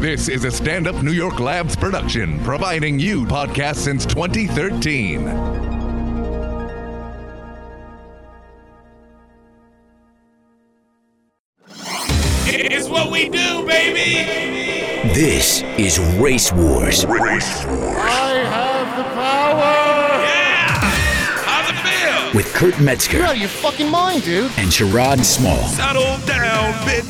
This is a stand up New York Labs production, providing you podcasts since 2013. It's what we do, baby. This is Race Wars Yeah. How's it feel? with Kurt Metzger out of your fucking mind, dude. and Sherrod Small. Settle down, bitch.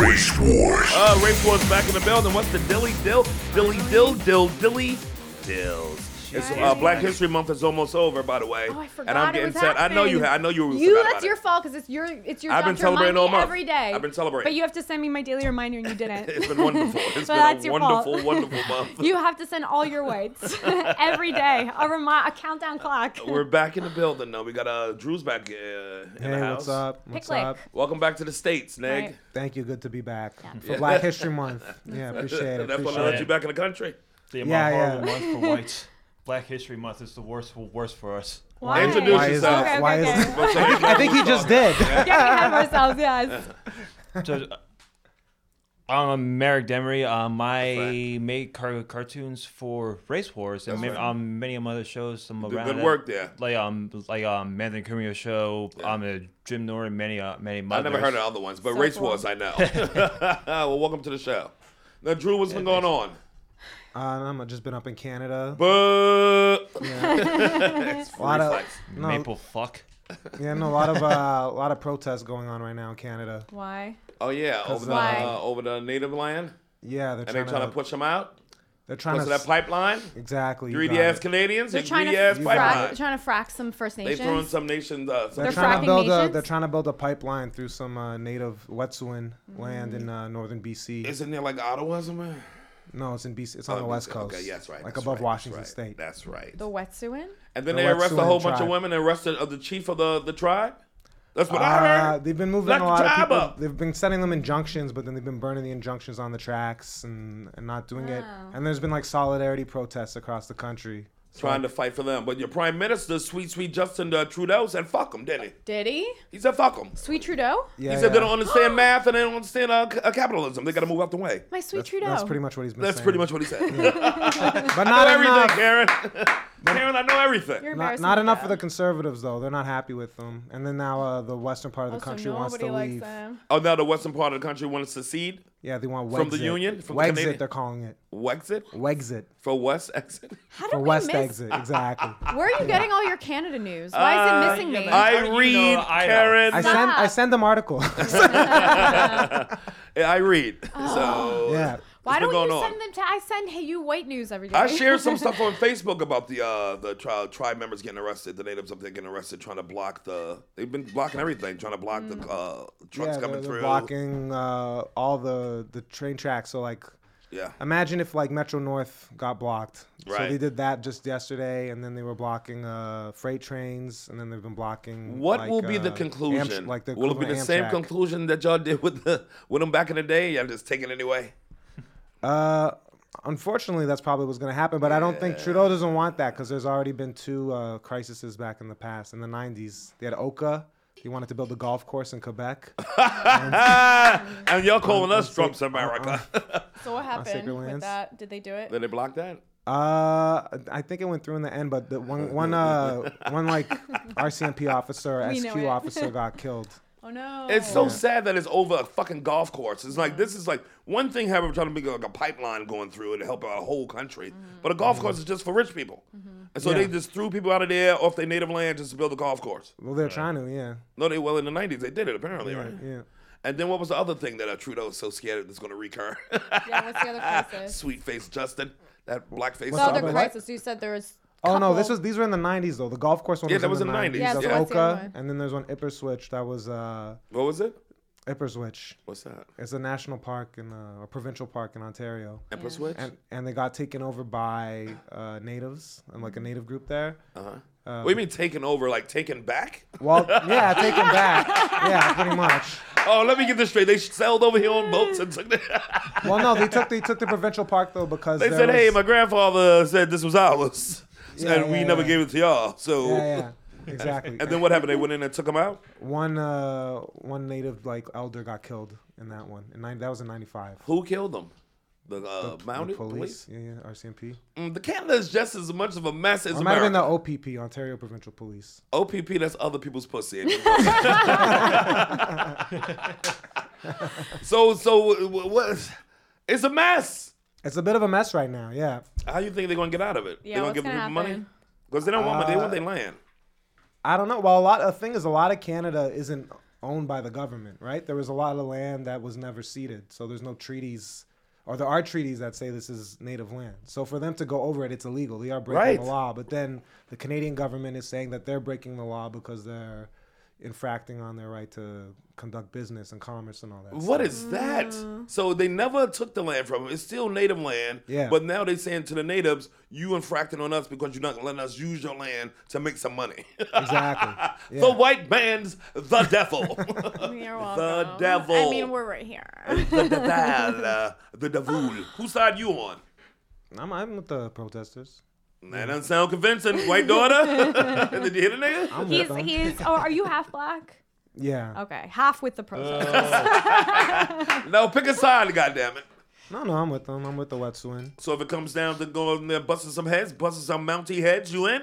Race Wars. Uh, Rafe Ward's back in the building. What's the dilly dill? Dilly dill dill dilly dills. It's, uh, Black History Month is almost over, by the way. Oh, I forgot And I'm it getting was sad. I know you. happening. ha- I know you. You, forgot that's about your it. fault because it's your, it's your. I've job been to remind celebrating all me month. every day. I've been celebrating. But you have to send me my daily reminder, and you didn't. It's been wonderful. It's been Well, that's a your fault. wonderful, wonderful month. you have to send all your whites every day. A remind, a countdown clock. We're back in the building though. We got uh, Drew's back uh, in the Hey, house. what's up? What's Picklick. up? Welcome back to the states, Neg. Right. Thank you. Good to be back for Black History Month. Yeah, appreciate it. That's when I appreciate let it. you back in the country. The Yeah, amount yeah. horrible month for whites. Black History Month is the worst worst for us. Why? Introduce Why is yourself. that? Okay, Why okay, is okay. But so you know I think he what's just up. did. Getting ahead of ourselves, yes. So, uh, I'm Merrick Demery. Um, I make car- cartoons for Race Wars and ma- um, many of my other shows. Some Good- around Good it, work there. Like um, like um, Mandarin Kumio show. I'm a Jim Norton. Many uh, many. I Mothers. never heard of other ones, but So Race cool. Wars I know. well, welcome to the show. Now, Drew, what's been going on? Uh, I'm just been up in Canada. But a lot of reflex. no, Maple fuck. yeah, no, a lot of uh, a lot of protests going on right now in Canada. Why? oh yeah, over the Why? uh, over the native land, Yeah, they're and trying, they're trying to push them out. They're trying Push to that s- pipeline. exactly. you Greedy got ass it. Canadians They're and trying greedy to ass frack, pipeline. they're trying to frack some First They Nations. throwing some nations. Uh, some They're They're trying fracking to build a nations? they're trying to build a pipeline through some uh, native Wet'suwin land Mm. in uh, northern BC. Isn't there like Ottawa somewhere? no, it's in BC. It's on the Oh, west coast. Oh, Okay, yeah, that's right. Like that's above right, Washington that's right, State. That's right. the Wet'suwin? And then The they arrest a Wet'suwet whole bunch of tribe. women. They arrested uh, the chief of the, the tribe. That's what I Uh, heard. they've been moving Lock a the lot of tribe people. up. They've been sending them injunctions, but then they've been burning the injunctions on the tracks and, and not doing it. Wow. And there's been like solidarity protests across the country. Trying to fight for them, but your prime minister, sweet sweet Justin uh, Trudeau, said fuck them, didn't he? Did he? He said fuck them. Sweet Trudeau? Yeah, He said they yeah. don't understand math and they don't understand uh, c- uh, capitalism. They got to move out the way. My sweet Trudeau. That's pretty much what he's been That's saying. pretty much what he said. I But know not everything, enough. Karen. Karen, I know everything. You're Not, embarrassing not me, enough though. for the conservatives though. They're not happy with them. And then now uh, the western part of the Also, country wants nobody to likes leave. them. Oh, now the western part of the country wants to secede. Yeah, they want From the Wexit. union? From the Wexit, Canadian- they're calling it. Wexit Wexit for West exit. How did for we West miss? exit. Exactly. Where are you getting all your Canada news? Why is it missing me? I You know, read, I know. Karen. I I, send I Stop. send them articles. read. So yeah. Why been don't you going on? send them to? I send hey you white news every day. I shared some stuff on Facebook about the uh, the tri- tribe members getting arrested, the natives up there getting arrested, trying to block the. They've been blocking everything, trying to block Mm. the uh, trucks yeah, coming they're, they're through. blocking uh, all the the train tracks. So like, Yeah. imagine if like Metro North got blocked. So Right. they did that just yesterday, and then they were blocking uh, freight trains, and then they've been blocking. What like, will be the uh, Amtr- conclusion? like the will it be the equivalent same Amtrak. conclusion that y'all did with the with them back in the day? Y'all just taking it anyway. Uh, unfortunately, that's probably what's going to happen. But I don't think Trudeau doesn't want that because there's already been two uh, crises back in the past. In the '90s, they had Oka. He wanted to build a golf course in Quebec. Ah, and y'all calling us Trump's Uh-uh. America. So what happened sacred with lands. that? Did they do it? Did they block that? Uh, I think it went through in the end, but the one, one, uh, one like RCMP officer, or We know SQ it. officer got killed. Oh no. It's so sad that it's over a fucking golf course. It's like this is like one thing having trying to make like a pipeline going through it to help our whole country, but a golf course is Mm-hmm. just for rich people, and so they just threw people out of there off their native land just to build a golf course. Well, they're trying to, yeah, No, they well in the nineties they did it apparently, right? yeah. And then what was the other thing that uh, Trudeau was so scared that's going to recur? yeah. What's the other crisis? Sweet face Justin, that black face. The What's other up with that? crisis. You said there was. Oh no, couple. this was these were in the '90s though. The golf course one. Yeah, was that in was the in the 90s, Yeah, That was so that's the other Oka, one. and then there's one Ipperswich that was uh What was it? Ipperswich. What's that? It's a national park in uh, a provincial park in Ontario, Emperor Switch? and and they got taken over by uh, natives and Mm-hmm. like a native group there. Uh. Uh-huh. um, what do you mean taken over? Like taken back? Well, yeah, taken back. Yeah, pretty much. Oh, let me get this straight. They sailed over here on boats and took the Well, no, they took they took the provincial park though because They there said, was- hey, my grandfather said this was ours. Yeah, and we yeah, never yeah. gave it to y'all. So. yeah, yeah, exactly. And then what happened? They went in and took him out? one uh one native like elder got killed in in that one. In 90, that was in '95. Who killed them? The, uh, mounted police? police. Yeah, yeah, RCMP. Mm, the Canada is just as much of a mess as Or it might have been the America. OPP, Ontario Provincial Police. OPP, that's other people's pussy. so, so wh- what? It's a mess. It's a bit of a mess right now. Yeah, How you think they're gonna get out of it? Yeah, they gonna what's give gonna people money? happen? Because they don't want money. They Uh, want their land. I don't know. Well, a lot. The thing is, a lot of Canada isn't owned by the government, right? There was a lot of land that was never ceded, so there's no treaties, or there are treaties that say this is native land. So for them to go over it, it's illegal. They are breaking Right. the law. But then the Canadian government is saying that they're breaking the law because they're infracting on their right to conduct business and commerce and all that. What is that? So they never took the land from them. It's still native land. Yeah. But now they're saying to the natives, you infracting on us because you're not letting us use your land to make some money. Exactly. the Yeah. white man's the devil. You're welcome. devil. I mean, we're right here. the devil. uh, The devil. Whose side you on? I'm, I'm with the protesters. Mm. That doesn't sound convincing. White daughter? Did you hear the nigga? I'm He's with them. he's. Oh, are you half black? yeah. Okay, half with the process. Uh, No, pick a side, goddammit. No, no, I'm with them. I'm with the Wet'suwin. So if it comes down to going there busting some heads, busting some Mountie heads, you in?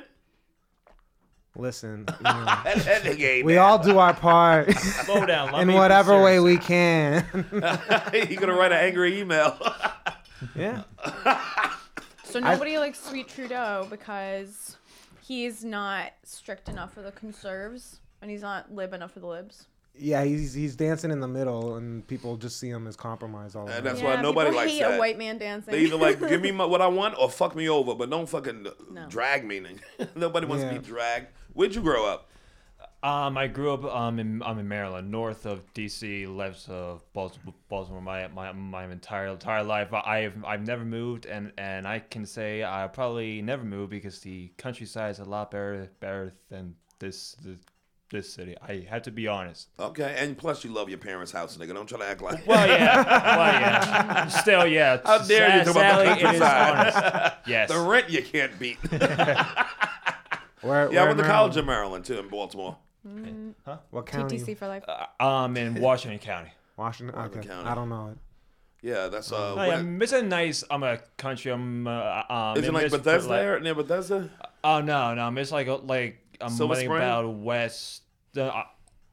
Listen, you know, That, that nigga ain't we bad. all do our part Slow down. Let in me be whatever way serious. we can. he gonna write an angry email. Yeah. so nobody likes Sweet Trudeau because he's not strict enough for the conserves and he's not lib enough for the libs. Yeah, he's he's dancing in the middle and people just see him as compromise all the and time. that's why nobody people likes hate that. a white man dancing. They either like give me my, what I want or fuck me over, but don't fucking uh, drag me. nigga. Nobody wants to Yeah. be dragged. Where'd you grow up? Um, I grew up um in I'm in Maryland, north of D.C., left of Baltimore. Baltimore my my, my entire entire life. I, I've I've never moved, and and I can say I probably never moved because the countryside is a lot better better than this this, this city. I have to be honest. Okay, and plus you love your parents' house, nigga. Don't try to act like. Well, yeah, well, yeah. Still, yeah. How dare you Sa- talk about sadly, it is countryside. honest. Yes. the rent you can't beat. Where, yeah, I where went to now? college in Maryland too, in Baltimore. What county? DC for life. Uh, um, in Washington County. Washington. Okay. County. I don't know it. Yeah, that's uh. Oh, when- yeah, it's a nice. I'm a country. I'm. Uh, um, Isn't like it's Bethesda like- there? Near Bethesda? Oh no, no, it's like like I'm Silver running Spring? about west. Uh, uh,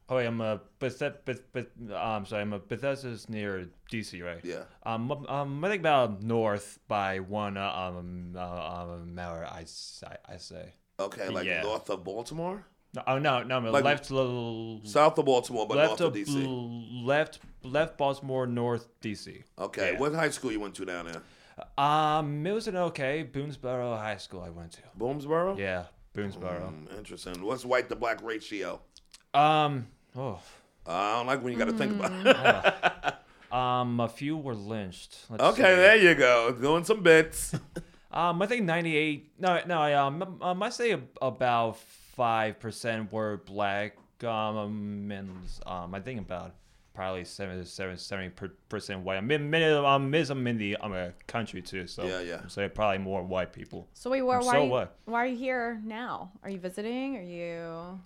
oh, wait, I'm a Bethesda. Beth, Beth, I'm sorry, I'm a Bethesda's near DC, right? Yeah. Um, I'm- I'm running about north by one uh, um uh, um hour. I, s- I- I say. Okay, like Yeah. north of Baltimore, No, oh no, no, I'm Like- left l- south of Baltimore, but left north of of DC. bl- left left Baltimore, north DC. okay, Yeah. what high school you went to down there? Um, it was an okay Boonesboro High School I went to. Boonesboro. Yeah, Boonesboro. Hmm, interesting. What's white to black ratio? Mm. Um, oh. I don't like when you got to think about. it. Um, a few were lynched. Let's okay, see. there you go. Doing some bits. Um, I think ninety-eight. No, no. I um, um I say ab- about five percent were black. Um, and um, I think about probably 70 70 percent white. I'm in, um, is I'm in the I'm a country too, so Yeah, yeah. I'm saying probably more white people. So wait, why, So why, are you, what? why are you here now? Are you visiting? Are you?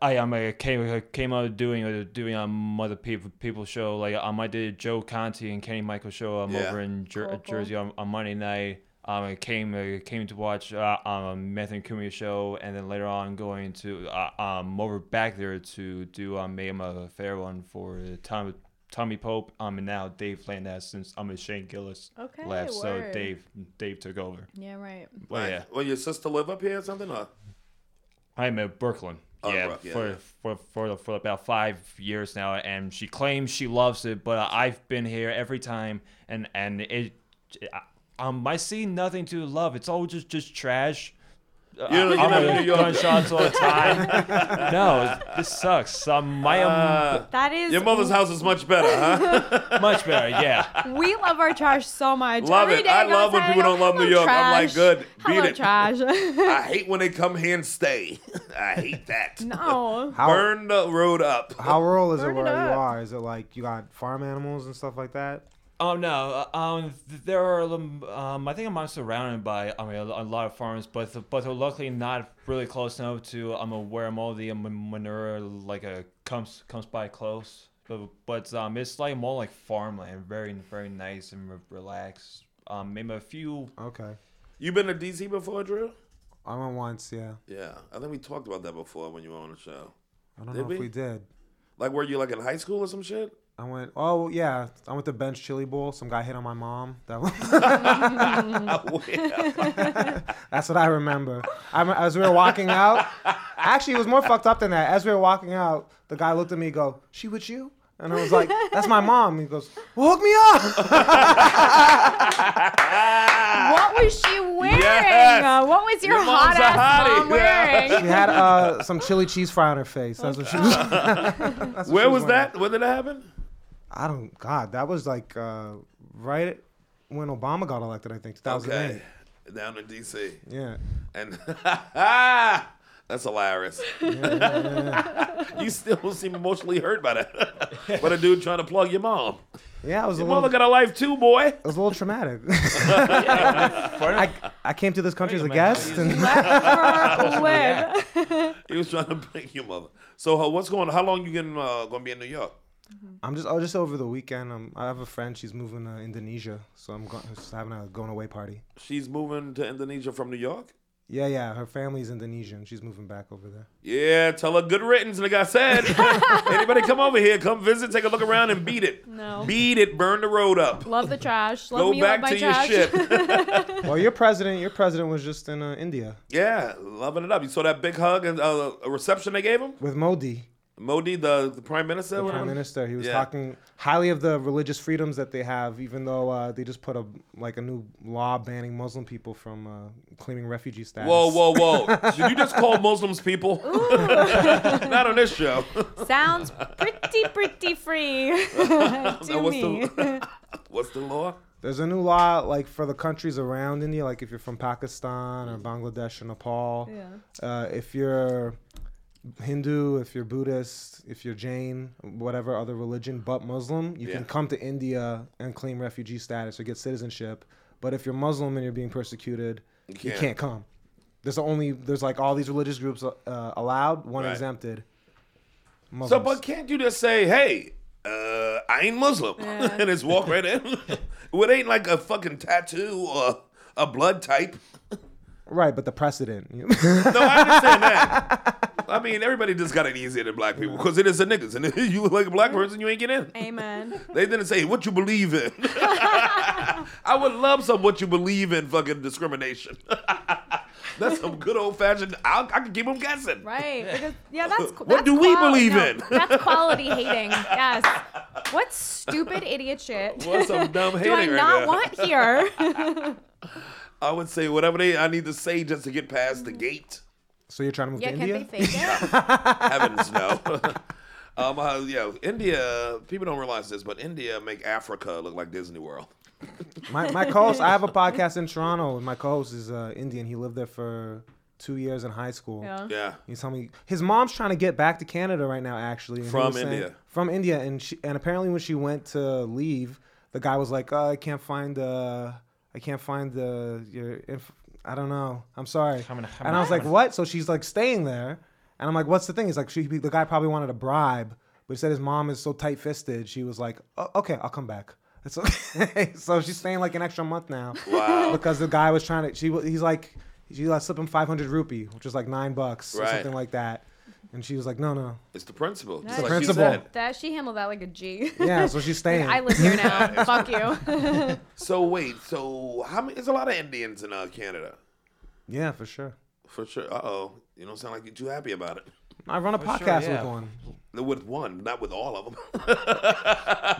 I um, I came I came out doing uh, doing um other people people show like um I did Joe Conti and Kenny Michael show um Yeah. over in Jer- Cool, cool. Jersey on, on Monday night. Um, I came I came to watch uh, um Anthony Cumia show and then later on going to uh, um over back there to do um make a fair one for uh, Tom Tommy Pope um and now Dave Landas since I'm um, Shane Gillis Okay, left so word. Dave Dave took over. Yeah, right. Well, yeah, Uh, Well, your sister live up here or something? Or? I'm at Brooklyn. Oh, yeah, Brook, yeah, for, yeah. For, for for about five years now, and she claims she loves it, but I've been here every time, and and it, I- um, I see nothing to love. It's all just just trash. You're looking I'm at getting New York. gunshots all the time. no, this sucks. Um, my um, Uh, That is. your mother's house is much better, huh? much better. Yeah, We love our trash so much. Love Every it. day I go love when outside, people I go, don't love "Hello, New York." I'm like, trash. good, beat Hello, it. trash. I hate when they come here and stay. I hate that. no. How Burn the road up. how rural is it Burn where it you up. are? Is it like you got farm animals and stuff like that? Oh no! uh, Um, th- there are um, um, I think I'm surrounded by I mean a, a lot of farms, but but they're luckily not really close enough to I'm um, where all the um, manure like uh, comes comes by close. but but um, it's like more like farmland, very very nice and re- relaxed. Um, maybe a few. Okay. You been to DC before, Drew? I went once, yeah. Yeah, I think we talked about that before when you were on the show. I don't Did know we? if we did. Like, were you like in high school or some shit? I went. Oh yeah, I went to Ben's Chili Bowl. Some guy hit on my mom. That was, that's what I remember. I, rem- as we were walking out, actually, it was more fucked up than that. As we were walking out, the guy looked at me, and go, "She with you?" And I was like, "That's my mom." He goes, well, "Hook me up." What was she wearing? Yes. Uh, What was your, Your hot mom's a ass hottie. mom wearing? She had uh, some chili cheese fry on her face. That's what she was. that's what she Where was wearing. that? When did that happen? I don't. God, that was like uh, right when Obama got elected. I think 2008. Okay, down in DC, Yeah. and that's hilarious. you still seem emotionally hurt by that, but a dude trying to plug your mom. Yeah, it was a Your little. mother got a life too, boy. it was a little traumatic. part of- I, I came to this country as a Wait a minute, guest, and Oh, Live. He was trying to break your mother. So uh, what's going? How long you getting uh, going to be in New York? I'm just oh, just over the weekend. Um, I have a friend. She's moving to Indonesia, so I'm going, just having a going away party. She's moving to Indonesia from New York. Yeah, yeah. Her family's Indonesian. She's moving back over there. Yeah, tell her good riddance, like I said. Anybody come over here, come visit, take a look around, and beat it. No. Beat it, burn the road up. Love the trash. Love Go me, back love my to trash. your shit. Well, your president, your president was just in uh, India yeah, loving it up. You saw that big hug and uh, a reception they gave him? with Modi, Modi, the, the prime minister? the whatever. prime minister. He was Yeah. talking highly of the religious freedoms that they have, even though uh, they just put a like a new law banning Muslim people from uh, claiming refugee status. Whoa, whoa, whoa. Did you just call Muslims people? Not on this show. Sounds pretty, pretty free Now, to what's, me. the, what's the law? There's a new law like for the countries around India, like if you're from Pakistan or Bangladesh or Nepal. Yeah. Uh, if you're Hindu, if you're Buddhist, if you're Jain, whatever other religion but Muslim, you can Yeah. come to India and claim refugee status or get citizenship. But if you're Muslim and you're being persecuted, you can't, can't. come. There's only there's like all these religious groups uh, allowed, one Right. exempted. So, Muslims. but can't you just say, hey, uh, I ain't Muslim, and just walk right in? well, it ain't like a fucking tattoo or a blood type. right, but the precedent. No, I understand that. I mean, everybody just got it easier than black people because it is the niggas, and you look like a black person, you ain't get in. Amen. They didn't say what you believe in. I would love some what you believe in fucking discrimination. That's some good old fashioned. I'll, I can keep them guessing. Right. Because Yeah, that's What do we believe in? That's quality hating. Yes. What stupid idiot shit What's some dumb hating do I right not now? want here? I would say whatever they I need to say just to get past the gate. so you're trying to move yeah, to can India? they fake it? Heavens no. um, uh, yeah, India. People don't realize this, but India make Africa look like Disney World. My, my co-host, I have a podcast in Toronto, and my co-host is uh, Indian. He lived there for two years in high school. Yeah. Yeah. He's telling me his mom's trying to get back to Canada right now, actually. and he From was saying- India. From India, and she, and apparently when she went to leave, the guy was like, uh, "I can't find uh, I can't find the your inf- I don't know. I'm sorry." Coming- and I was like, coming- "What?" So she's like staying there, and I'm like, "What's the thing?" He's like, she, "The guy probably wanted a bribe, but he said his mom is so tight-fisted." She was like, oh, "Okay, I'll come back." It's okay. so she's staying like an extra month now Wow. because the guy was trying to. She wa- he's like she like slipped him five hundred rupee, which was like nine bucks or Right. something like that. And she was like, no, no, It's the principle. Just The like principle. You said. That she handled that like a G. yeah. So she's staying. I live here now. Fuck you. So wait, so how many? There's a lot of Indians in uh, Canada, yeah, for sure. for sure. Uh oh, you don't sound like you're too happy about it. I run a podcast yeah. with one. With one, not with all of them.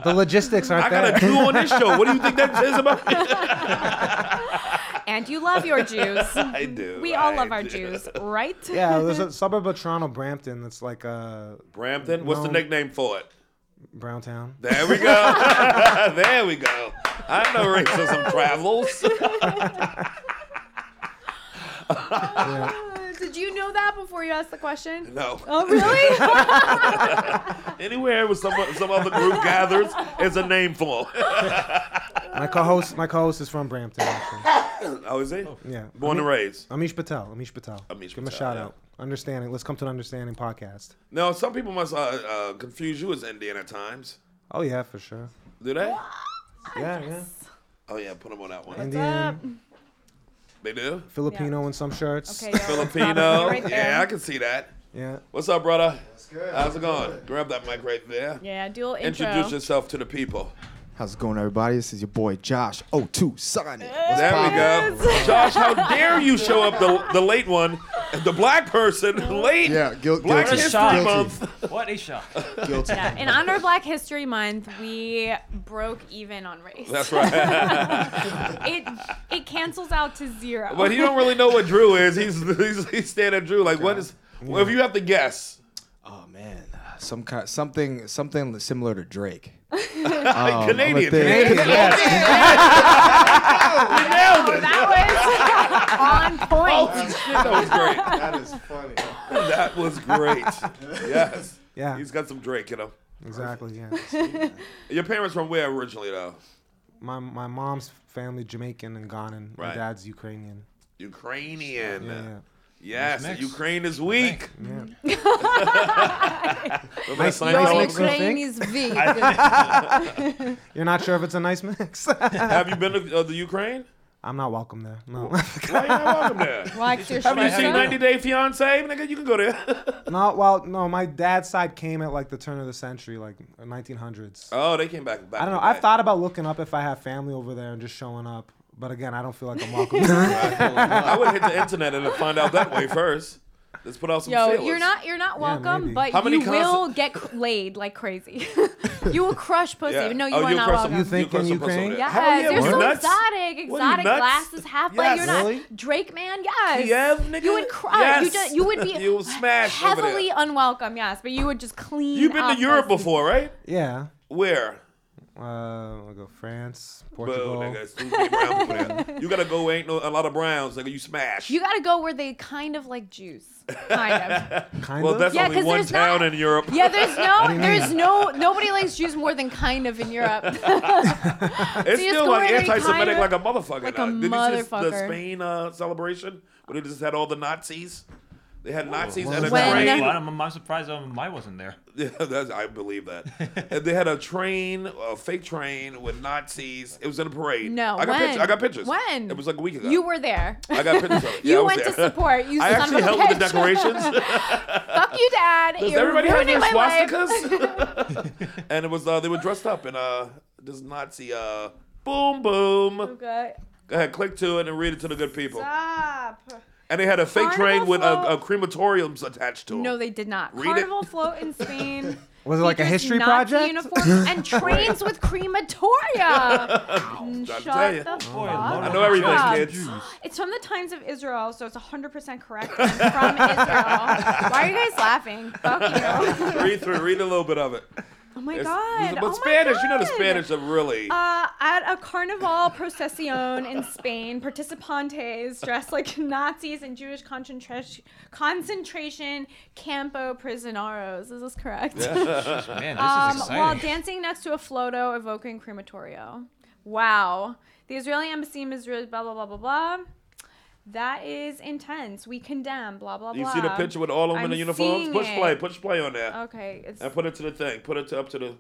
The logistics aren't I got a there. Jew on this show. What do you think that says about me? And you love your Jews. I do. We all I love our do. Jews, right? yeah, there's a suburb of Toronto, Brampton. That's like a Brampton. What's the No. nickname for it? brown town. There we go. there we go. I know racism travels. Did you know that before you asked the question? No. Oh, really? Anywhere where some some other group gathers is a name for. 'em. My co-host, my co-host is from Brampton. Actually. oh, is he? Yeah. Born and raised. Amish Patel. Amish Patel. Amish Give him a Patel, shout yeah. out. Understanding. Let's come to an understanding podcast. Now, some people must uh, uh, confuse you as Indian at times. Oh yeah, for sure. Do they? Yeah, yeah. Oh, yeah, put them on that one. Indian, They do? Filipino in some shirts. Okay, y'all, that's Filipino. probably right there. yeah, I can see that. Yeah. What's up, brother? What's good? How's it going? Grab that mic right there. Yeah, dual intro. Introduce yourself to the people. How's it going, everybody? This is your boy Josh O2 Sonic. What's There we poppin'? go. Josh, how dare you show up the, the late one, the black person, late? Yeah, guil- Black guilty. History guilty. Month. What a shock. Guilty. Yeah, in honor of Black History Month, we broke even on race. That's right. It it cancels out to zero. But he don't really know what Drew is. He's he's, he's staring at Drew like, what is? Well, if you have to guess, Oh man, some kind, something, something similar to Drake. Canadian. Um, I'm a thing. Canadian. Nailed it. that was on point. Holy shit, that was great. That is funny. That was great. Yes. Yeah. He's got some Drake in him. Exactly. Yeah. Your parents from where originally though? my my mom's family Jamaican and Ghanaian. Right. My dad's Ukrainian. Ukrainian. Yeah. yeah. Yes, Nice mix. Ukraine is weak. Remember that Nice- slang nice song? mix. Ukraine is big. You're not sure if it's a nice mix. Have you been to uh, the Ukraine? I'm not welcome there. No. Why you not welcome there? Like your Have you shredder. seen 90 Day Fiance? Nigga, you can go there. no. Well, no. My dad's side came at like the turn of the century, like 1900s. oh, they came back. back I don't know. to I've back. thought about looking up if I have family over there and just showing up. But again, I don't feel like I'm welcome. there. I would hit the internet and find out that way first. Let's put out some Yo, feelers. you're not you're not welcome, maybe. but How many you will concerts- get c- laid like crazy. you will crush pussy. Yeah. even No, you Oh, are you'll not crush some- welcome. You think crush in some pussy over Ukraine? there. Yes, Hell yeah, you're what? so Nuts? exotic, exotic What are you, nuts? glasses half like Yes. you're not Really? Drake man. Yes, Kiev, nigga? you would cry. You Yes. just you would be You would smash over there. heavily unwelcome. Yes, but you would just clean. You've been up to Europe pussy. before, right? yeah. Where? Uh, we'll go France, Boo, Portugal. nigga. It's too many brown people there. You gotta go. Ain't no a lot of browns, nigga. You smash. You got to go where they kind of like Jews, kind of. kind well, of. that's Yeah, only 'cause one there's town not- in Europe. Yeah, there's no, there's no, nobody likes Jews more than kind of in Europe. It's See, it's still like going like anti-Semitic, kinda- like a motherfucker. like now. a Did you see the motherfucker. Spain uh, celebration where they just had all the Nazis? They had Nazis and a When- train. Well, I'm, I'm surprised um, I wasn't there. Yeah, that's, I believe that. and they had a train, a fake train with Nazis. It was in a parade. No, I got when? pictures. I got pictures. When? It was like a week ago. You were there. I got pictures of it. Yeah, You I was went to there. support. You I son of actually a helped with the bitch. decorations. Fuck you, Dad. Does You're everybody have ruining their my life. swastikas? and it was uh, they were dressed up in uh this Nazi uh boom boom. Okay. Go ahead, click to it and read it to the good people. Stop. And they had a fake train Carnival with a, a float. crematoriums attached to it. No, they did not. Read it. Carnival float in Spain. Was it like a features history Nazi project? Uniforms and trains with crematoria. trying Mm, to tell you. Shut the Boy, fuck. I know everything, Job. kids. It's from the Times of Israel, so it's 100% correct. From Israel. Why are you guys laughing? Fuck you. read through, read a little bit of it. Oh my It's- god. But oh my Spanish, you know the God. Spanish are really. Uh, at a carnival procession in Spain, participantes dressed like Nazis and Jewish concentration concentration campo prisioneros. Is this correct? Man, this Um, is while exciting. dancing next to a floto evoking crematorio. Wow. The Israeli embassy in Israel, blah, blah, blah, blah, blah. That is intense. We condemn, blah, blah, you blah. see the picture with all of them in I'm the uniforms? seeing Push it. Oh. play, push play on there. Okay. It's, And put it to the thing. Put it to, up to the.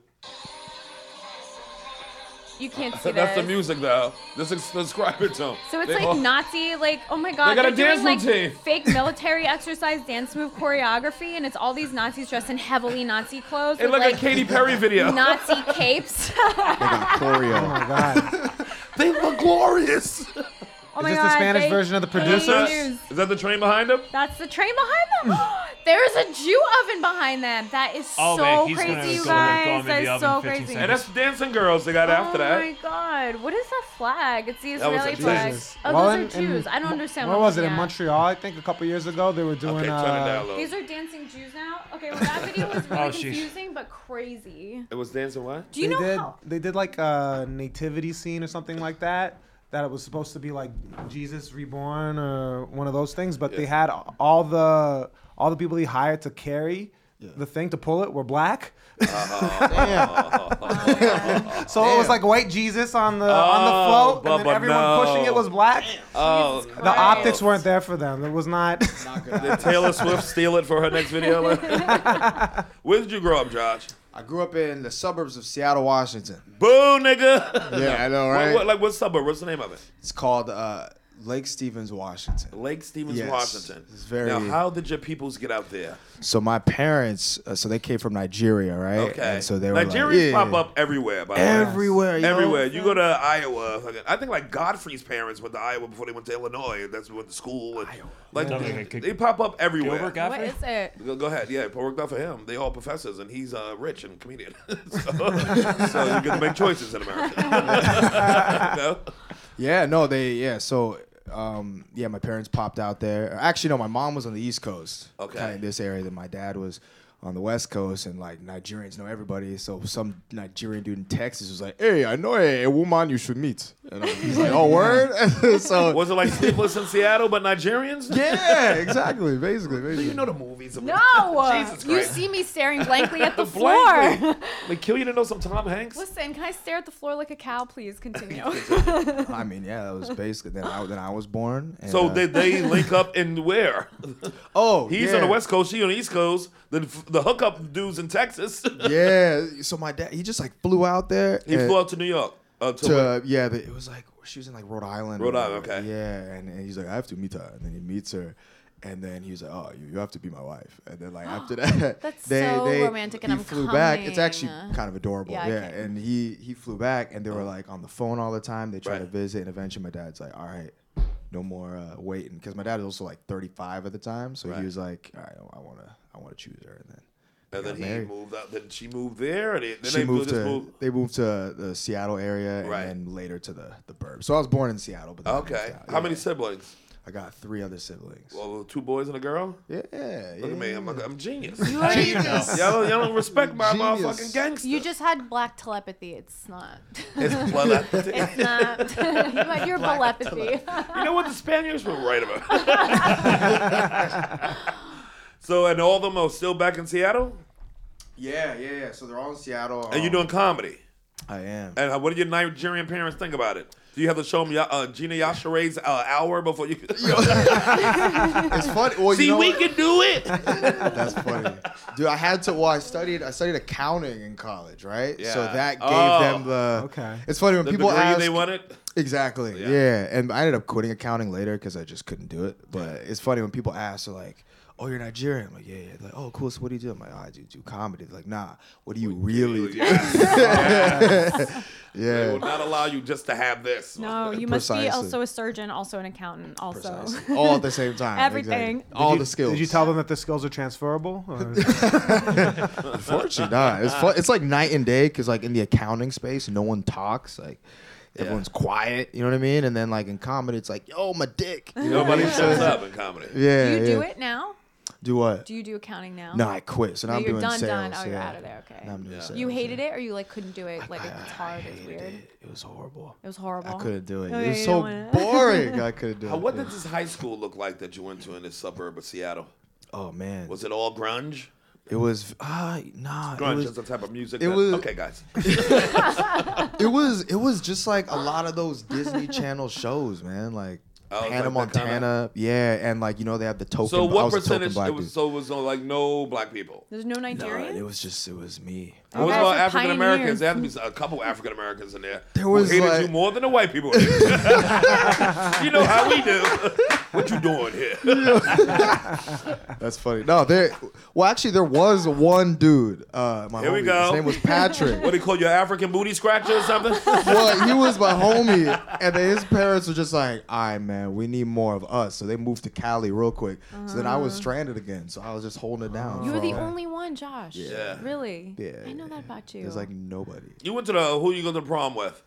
you can't see That's the this. music though. Just ex- describe it to 'em. So it's They like all- Nazi, like oh my god, They got a they're dance doing, like, routine. Fake military exercise dance move choreography, and it's all these Nazis dressed in heavily Nazi clothes It with looked like like, a Katy Perry video. Nazi capes. Oh They got choreo. oh my god. they were glorious. oh Is my this god, the Spanish they version of the hate producer? Jews. Is that the train behind them? That's the train behind them. There's a Jew oven behind them. That is Oh, so man, he's gonna crazy, you go and- go guys. in That the is oven so 15 crazy. And seconds. that's Dancing Girls they got after Oh that. my god, what is that flag? It's the That was Israeli a flag. Jesus. Oh, Well, in- those are in- Jews. I don't understand. Where what was it? I'm In looking at. Montreal, I think a couple years ago, they were doing. Okay, turn it uh, down a little. These are dancing Jews now. Okay, well that video was really Oh, sheesh. confusing but crazy. It was dancing what? Do you they know did how? they did like a nativity scene or something like that that it was supposed to be like jesus reborn or one of those things but they had all the all the people he hired to carry the thing to pull it were black. Uh-huh. Oh. so it was like white Jesus on the on the float, and Bubba, then everyone pushing it Oh, no. was black. Oh, The optics weren't there for them. It was not. Not good. did Taylor Swift steal it for her next video? Where did you grow up, Josh? I grew up in the suburbs of Seattle, Washington. Boo, nigga. Yeah, I know, What- right? what- like what suburb? What's the name of it? It's called uh, Lake Stevens, Washington. Lake Stevens, Yes, Washington. it's very- Now, how did your peoples get out there? So my parents, uh, so they came from Nigeria, right? Okay. And so they were Nigerians like, yeah. pop up everywhere. By the way. everywhere. you know? Everywhere. You go to Iowa. fucking- I think like Godfrey's parents went to Iowa before they went to Illinois. and That's what the school. And, Like Yeah. they, Okay. they pop up everywhere. Gilbert What Godfrey? is it? Go, go ahead. Yeah, it worked out for him. They all professors, and he's uh, rich and comedian. so, so you get to make choices in America. no? Yeah, no, they yeah. So um, yeah, my parents popped out there. Actually, no, my mom was on the East Coast, Okay. kind of this area. Then my dad was on the West Coast, and like Nigerians know everybody. So some Nigerian dude in Texas was like, "Hey, I know a, a woman you should meet." And I was like, "Oh, word." so Was it like Sleepless in Seattle, but Nigerians? yeah, exactly, basically, basically. You know the movies. of- No, Jesus you Christ. see me staring blankly at the Blankly. floor. Like, kill you to know some Tom Hanks? Listen, can I stare at the floor like a cow, please? Continue. I mean, yeah, that was basically then. I, then I was born. And, So uh, did they link up in where? oh, He's yeah. on the West Coast, she on the East Coast. The the hookup dudes in Texas. Yeah, so my dad, he just like flew out there. he and- flew out to New York. Uh, to, to yeah, the, it was like she was in like Rhode Island. or Rhode Island, whatever. okay. Yeah, and, and he's like, I have to meet her, and then he meets her, and then he was like, Oh, you, you have to be my wife, and then like after that, That's they, so they, romantic, and he I'm flew back. It's actually coming. kind of adorable. Yeah, I Yeah, can- and he he flew back, and they were like on the phone all the time. They tried Oh. to Right. visit, and eventually my dad's like, All right. No more uh, waiting, because my dad was also like 35 at the time, so Right. he was like, "All right, I want to, I want to choose her." And then and then got he married. moved out. Then she moved there. And they, then she they moved just to they moved to the Seattle area Right. and then later to the the burbs. So I was born in Seattle, but then I moved Okay. out. How Yeah. many siblings? I got three other siblings. Well, two boys and a girl. yeah, yeah. Look at me. I'm, I'm genius. Genius. y'all, y'all don't respect my Genius. motherfucking gangster. You just had black telepathy. It's not. It's blood. It's not. you had your telepathy. You know what the Spaniards were right about. so, and all of them are still back in Seattle, Yeah, yeah, yeah. So they're all in Seattle. and you're um, doing comedy. I am. And uh, what do your Nigerian parents think about it? Do you have to show them Ya- uh, Gina Yashire's uh, hour before you? It's funny. Well, See, you know we what? can do it. That's funny, dude. I had to. Well, I studied. I studied accounting in college, right? So Yeah. that gave Oh. them the. Okay. It's funny when The people degree ask. they wanted. Exactly. Yeah. Yeah. And I ended up quitting accounting later because I just couldn't do it. But it's funny when people ask, they're like, "Oh, you're Nigerian." I'm like, "Yeah, yeah." They're like, "Oh, cool. So what do you do?" I'm like, oh, "I do do comedy." They're like, "Nah. What do you really do?" They will Yeah. not allow you just to have this. no, you must be Precisely. also a surgeon, also an accountant, also. Precisely. All at the same time. exactly. Everything. All Did you- the skills. Did you tell them that the skills are transferable? Or- Unfortunately, not. It's fun. It's like night and day because, like, in the accounting space, no one talks. Like, everyone's quiet. You know what I mean? And then, like, in comedy, it's like, "Yo, my dick." You know what Nobody I mean? So shuts it's- up in comedy. Yeah. Do you yeah. do it now? Do what? Do you do accounting now? no, I quit. So now Oh, I'm you're doing done, sales. done. Oh, you're yeah. out of there. Okay. Now I'm doing sales. You hated it, or you like couldn't do it? Like I- it's I hard, it's hated weird. It. It was horrible. It was horrible. I couldn't do it. Oh, it yeah, was you so don't wanna- boring. I couldn't do How, it. Uh, what yeah. did this high school look like that you went to in this suburb of Seattle? oh man, Was it all grunge? it was ah nah. Grunge It is was, the type of music. it that, was- okay, guys. it was it was just like a lot of those Disney Channel shows, man. Like Oh, it's Hannah like that kinda- Montana, yeah, and like you know they have the token. So I what was a token percentage? black It was, dude. so it was uh, like no black people. There's no Nah, Nigerian. it was just it was me. What was guys about are African Americans? pioneers. There had to be a couple African Americans in there. There was who hated like- you more than the white people. did. you know how we do. what you doing here? That's funny. No, there. Well, actually, there was one dude. Uh, my Here we homie. go. His name was Patrick. what they call you, African booty scratcher or something? well, he was my homie, and then his parents were just like, "All right, man, we need more of us." So they moved to Cali real quick. So then I was stranded again. So I was just holding it down. Uh-huh. you were for the a- only one, Josh. Yeah. Really? Yeah, I know yeah. that about you. There's like nobody. you went to the who you go to the prom with?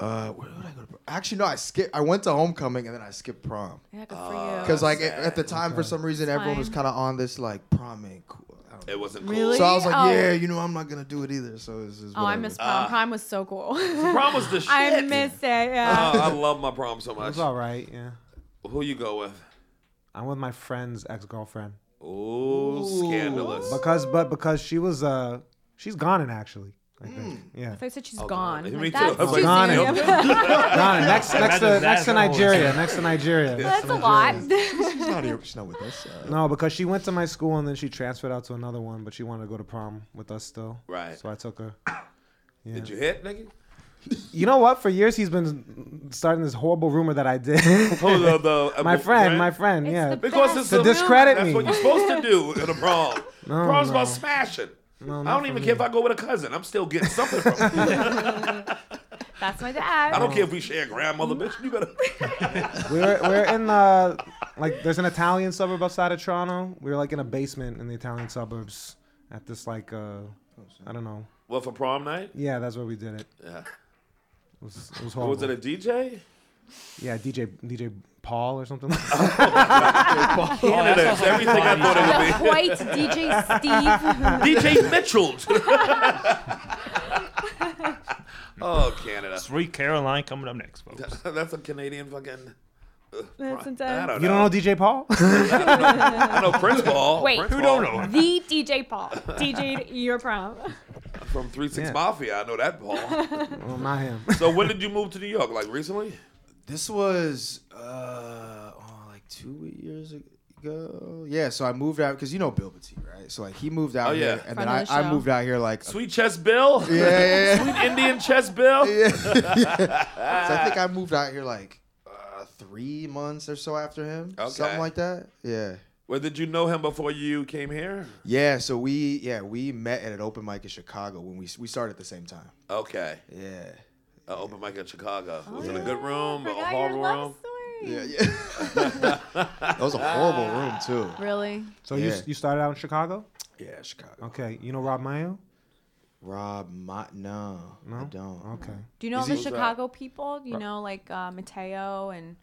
Uh, where did I go to? prom? Actually, no, I skipped. I went to homecoming and then I skipped prom yeah, good for you. because, like, at, at the time, for some reason, everyone was fine. kind of on this like prom ain't cool. I don't know. It wasn't cool. Really? So I was like, Oh. yeah, Ah. you know, I'm not gonna do it either. So it's just. Oh, I whatever. miss prom. prom was so cool. Prom was the shit. I miss it. Yeah. Oh, I love my prom so much. It's all right. Yeah. Who you go with? I'm with my friend's ex girlfriend. Oh, scandalous. Because, but because she was, uh, she's Ghanan actually. I think. Yeah, I said she's gone. Me Like, too. that's I was too like, soon. Gone. Ghanan. Next, next to Imagine next to that. Nigeria. Next to Nigeria. That's a lot. She's not here. She's not with us. Uh, No, because she went to my school and then she transferred out to another one, but she wanted to go to prom with us still. Right. So I took her. Did you hit, nigga? You know what? For years he's been starting this horrible rumor that I did. Oh, the- the- uh, my the friend, my friend, It's yeah. the best. Because it's To a- discredit That's me. what you're supposed to do in a prom. Prom's no. about smashing. I not don't even care if I go with a cousin. I'm still getting something from it. That's my I dad. don't care if we share grandmother, bitch. You gotta. we were we were in the like there's an Italian suburb outside of Toronto. We were like in a basement in the Italian suburbs at this like uh I don't know. Well, for prom night, Yeah, that's where we did it. Yeah. It was, it was Or horrible. was it a DJ? yeah, DJ DJ Paul or something. like that. Candidates, everything I thought it The white DJ Steve. would be. DJ Mitchell. oh, Canada. Sweet Caroline coming up next, folks. That's a Canadian fucking. That's I intense. don't You know. don't know DJ Paul? I know Prince Paul. Wait. Prince Who Paul The DJ Paul. DJ'd your prom. From Three Six Yeah. Mafia. I know that Paul. well, not him. so when did you move to New York? Like recently? this was uh, oh, like two years ago. Yeah, so I moved out because you know Bill Batiste, right? So like he moved out Oh, yeah. here, and Friend then of the I, I show. moved out here like Sweet Chess Bill. yeah, yeah, yeah. Sweet Indian Chess Bill. So I think I moved out here like uh, three months or so after him, Okay. something like that. Yeah, Well, did you know him before you came here? yeah. So we yeah we met at an open mic in Chicago when we we started at the same time. Okay. Yeah, Uh, open mic in Chicago. was it a good room? A Oh, Forgot your horrible room? love story. yeah, yeah. that was a horrible room too. Really? So Yeah. you you started out in Chicago? Yeah, Chicago. Okay. You know Rob Mayo? Rob, my, no, I don't. Okay. Do you know all the he- Chicago people? You know, like uh, Mateo and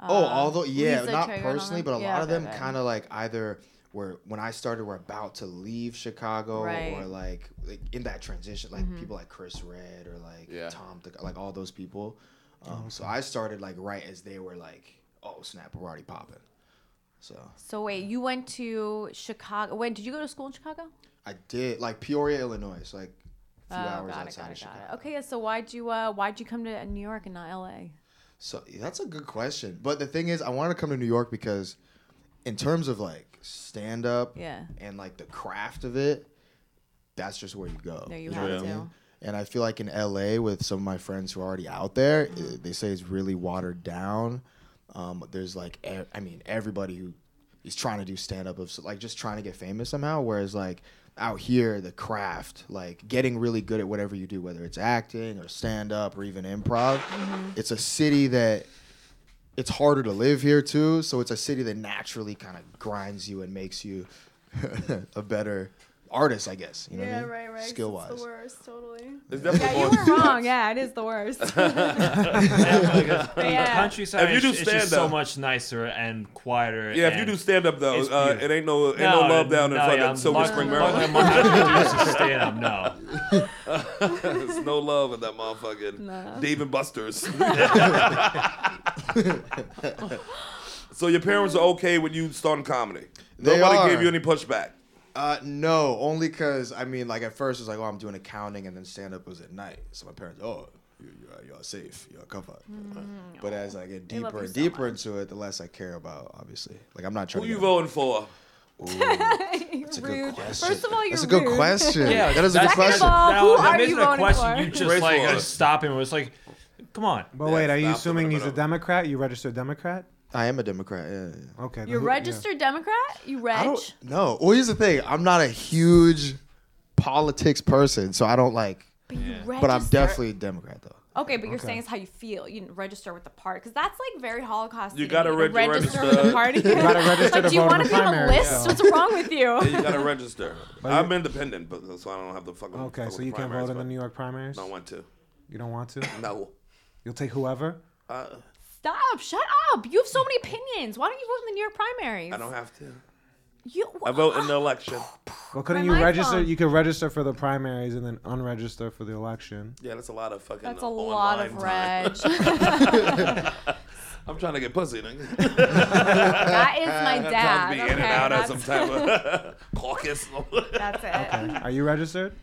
Oh, although yeah, Um, Lisa not Traeger and all personally, them? but a Yeah, lot of okay, them okay. kind of like either were when I started were about to leave Chicago Right. Mm-hmm. or like, like in that transition, like people like Chris Red or like Yeah. Tom, Th- like all those people. Um, So I started like right as they were like, oh snap, we're already popping. So So wait, you went to Chicago. Wait, did you go to school in Chicago? I did like Peoria, Illinois, so like a few Oh, hours got it, outside got of it, Chicago. got it. Okay, yeah, so why'd you uh, why'd you come to New York and not L.A.? So that's a good question. But the thing is, I wanted to come to New York because, in terms of like stand up, Yeah. and like the craft of it, that's just where you go. No, you know have what I to. mean? And I feel like in LA with some of my friends who are already out there, eh, they say it's really watered down. Um, there's like, e- I mean, everybody who is trying to do stand up of so- like just trying to get famous somehow. Whereas like out here, the craft, like getting really good at whatever you do, whether it's acting or stand up or even improv, it's a city that it's harder to live here too. So it's a city that naturally kind of grinds you and makes you a better artist, I guess. You know what I mean? Skill wise. worst, totally. It's definitely You more- were wrong. Yeah, it is the worst. But yeah. Countryside If you do is- is just so stand-up- much nicer and quieter. Yeah, if you do stand up though, It's uh, it beautiful. ain't no ain't no, love down in fucking Silver Spring, Maryland. stand up, no. There's no love in that motherfucking Dave and Buster's. so your parents are okay when you started comedy. They Nobody are. gave you any pushback. Uh, no, only because I mean, like at first it was like, oh, I'm doing accounting, and then stand up was at night. So my parents, oh, you, you are, you are safe, you are covered. Mm-hmm. But as I get love deeper you and so deeper into it, the less I care about, obviously. Like I'm not trying Who to. you get- voting for? That's a good question. First of all, you're That's a good rude. question. Yeah, that is a good that's- Second of question. all, Now, who that are makes you it a voting question, for? You just Race like war. gotta stop him. It's like, come on. But wait, are you stop, assuming he's a whatever. Democrat? You registered Democrat? I am a Democrat. Yeah, yeah. Okay. then You're who- yeah. registered Democrat. You I reg. don't know. Well, here's the thing. I'm not a huge politics person, so I don't like. But you register. But I'm definitely Democrat though. Okay, but you're saying it's how you feel. You didn't register with the party because that's like very Holocaust. You gotta reg- register register. with the party. You gotta register to like, do you vote in wanna the be on a primary, list? so. What's wrong with Yeah, you? you gotta register. I'm independent, but so I don't have the fucking. Okay, fuck so with you can't primaries, vote in but the New York primaries? I don't want to. You don't want to? No. You'll take whoever? Stop! Shut up! You have so many opinions. Why don't you vote in the New York primaries? I don't have to. You. I vote in the election. Well, couldn't My you mic register? on. You could register for the primaries and then unregister for the election. Yeah, that's a lot of fucking. That's uh, a lot of online time. reg. I I'm trying to get pussy, nigga. That is my Trying to dad. be okay, in and out at that's, some type of caucus. that's it. Are you registered?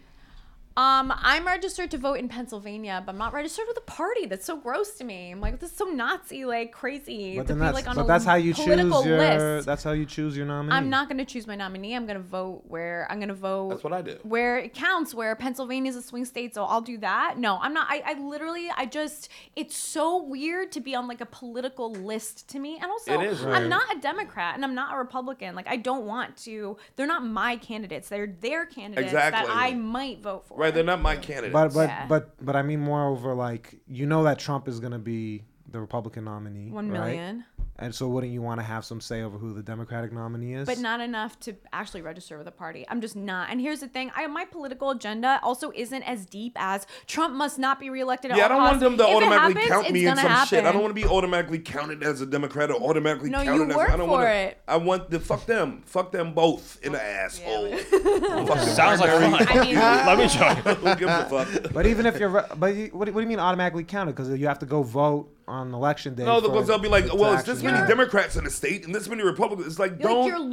Um, I'm registered to vote in Pennsylvania, but I'm not registered with a party. That's so gross to me. I'm like, this is so Nazi, like crazy. to But then be, that's like, on but a that's how you choose political your list. that's how you choose your nominee. I'm not going to choose my nominee. I'm going to vote where I'm going to vote. That's what I do. Where it counts, where Pennsylvania's a swing state, so I'll do that. No, I'm not. I, I literally, I just, it's so weird to be on like a political list to me. And also, It is I'm weird. not a Democrat and I'm not a Republican. Like, I don't want to. They're not my candidates. They're their candidates that Exactly. I might vote for. right, they're not my candidates. But but Yeah. but but I mean moreover like you know that Trump is gonna be the Republican nominee. One right? million. And so wouldn't you want to have some say over who the Democratic nominee is? but not enough to actually register with a party. I'm just not. And here's the thing: I my political agenda also isn't as deep as Trump must not be reelected. At yeah, I all don't want costs. them to If it automatically happens, count me it's in gonna some shit. I happen. don't want to be automatically counted as a Democrat or automatically No, counted you as work I don't want for to, it. I want the fuck them. Fuck them both in the asshole. Sounds like fun. Let me show you. Who gives a fuck? But even if you're, re- but you, what, do- what do you mean automatically counted? Because you have to go vote on election day. No, for because they'll be like, it to well, it's this actually many matter. Democrats in the state and this many Republicans. It's like, like, don't your put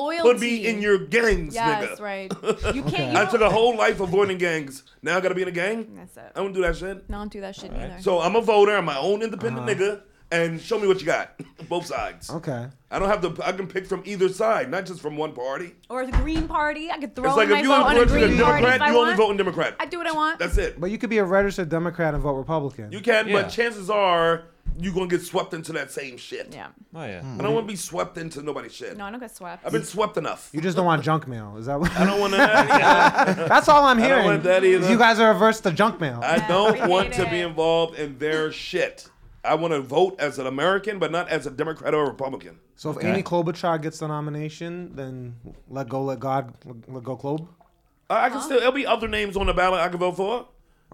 me loyalty. in your gangs, Yes, nigga. right. You can't. I You took don't, a whole life avoiding gangs. Now I gotta be in a gang. That's it. I don't do that shit. no, don't do that shit either. So I'm a voter. I'm my own independent nigga. And show me what you got, both sides. Uh-huh. Okay. I don't have to. I can pick from either side, not just from one party. or the Green Party, I could throw It's like in my if you vote on a vote for a Green Party if Democrat, I you only want. vote in Democrat. I do what I want. That's it. But you could be a registered Democrat and vote Republican. You can, Yeah. but chances are you're gonna get swept into that same shit. yeah. Oh yeah. I don't want to be swept into nobody's shit. No, I don't get swept. I've been swept enough. You just don't want junk mail. Is that what? I don't want to. That's all I'm hearing. want that either. You guys are averse to junk mail. I don't want hate to be it. involved in their shit. I want to vote as an American, but not as a Democrat or a Republican. so if Amy Klobuchar gets the nomination, then let go, let God, let, let go, Klob. I, I can still. There'll be other names on the ballot I can vote for.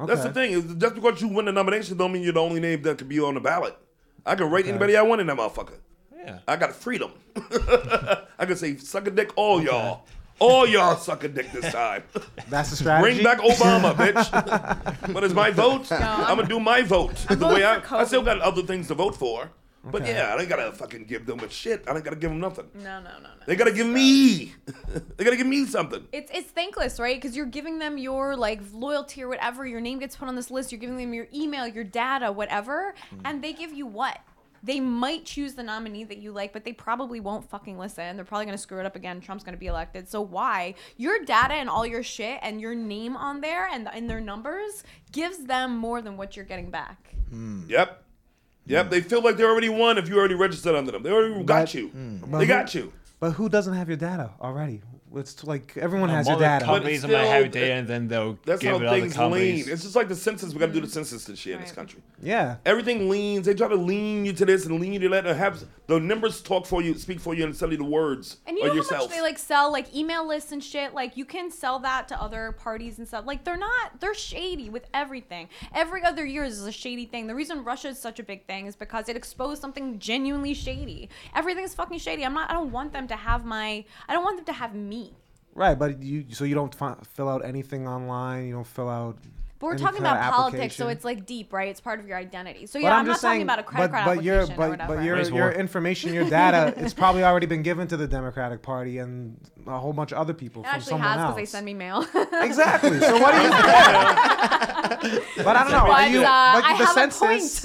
That's the Okay. thing. Is just because you win the nomination, don't mean you're the only name that could be on the ballot. I can rate anybody I want in that motherfucker. Yeah. I got freedom. I can say suck a dick all y'all. All y'all suck a dick this time. That's the strategy. Bring back Obama, bitch. but it's my vote. I'm gonna do my vote. The way I, I still got other things to vote for. But yeah, I don't gotta fucking give them a shit. I don't gotta give them nothing. no, no, no, no. They gotta give me. they gotta give me something. It's it's thankless, right? Because you're giving them your like loyalty or whatever. Your name gets put on this list. You're giving them your email, your data, whatever, and they give you what. They might choose the nominee that you like, but they probably won't fucking listen. They're probably gonna screw it up again. Trump's gonna be elected. So why? Your data and all your shit and your name on there and, and their numbers gives them more than what you're getting back. Yep. Hmm. Yep. They feel like they already won if you already registered under them. They already got But- you. hmm. But They who- got you. But who doesn't have your data already? It's like everyone has your All the data. companies But might have still, data, and then they'll That's give how it other things lean. companies. It's just like the census. We gotta do the census this year in this Right. country. yeah. Everything leans. They try to lean you to this and lean you to that. And have the numbers talk for you, speak for you, and sell you the words And you or know yourself. how much they like sell like email lists and shit. Like you can sell that to other parties and stuff. Like they're not they're shady with everything. Every other year is a shady thing. The reason Russia is such a big thing is because it exposed something genuinely shady. Everything's fucking shady. I'm not. I don't want them to have my. I don't want them to have me. Right, but you so you don't fi- fill out anything online. You don't fill out. But we're any talking kind of about politics, so application. it's like deep, right? It's part of your identity. So But yeah, I'm, not just talking about a credit but, card but your, application or but, whatever. but your, Race your war. information, your data, it's probably already been given to the Democratic Party and a whole bunch of other people it from actually someone has else. because they send me mail. Exactly. So what do you? but I don't know. but Are you, uh, but I the have census,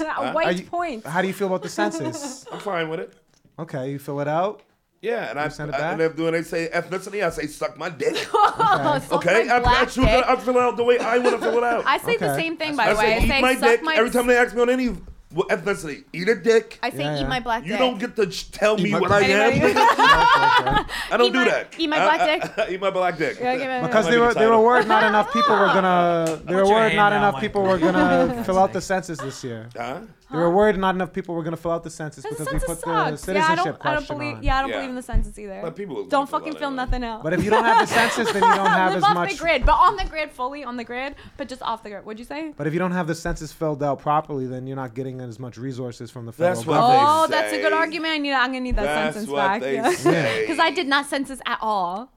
a point. A are white you- point. How do you feel about the census? I'm fine with it. Okay, you fill it out. Yeah, and I, send it I back? and if when they say ethnicity, I say suck my dick. Oh, Okay, my I, I, black choose, dick. I fill out the way I want to fill it out. I say the Okay. same thing, I by the way. I eat say, my suck dick my every time they ask me on any ethnicity. Eat a dick. I say, Yeah, eat yeah. my black you dick. don't get to ch- tell me my what I Anyway. am. I don't Eat do my- that. eat my I- black dick. I- I eat my black dick. Yeah, give it- Because Might they be were they were title. worried not enough people were gonna they were your worried hand not now, enough Mike. people were gonna fill out the census this year. Huh? They were worried not enough people were gonna fill out the census the because we census put the sucks. citizenship yeah, I don't, question I don't believe. on. Yeah, I don't Yeah. believe in the census either. But people was gonna don't fill fucking out fill anyway. nothing out. But if you don't have the census, then you don't have Live as off much. the grid, but on the grid, fully on the grid, but just off the grid. What'd you say? But if you don't have the census filled out properly, then you're not getting as much resources from the federal That's what government. they Oh, that's a say. good argument. I need, I'm gonna need that That's sentence what back. they Because say. I did not census at all.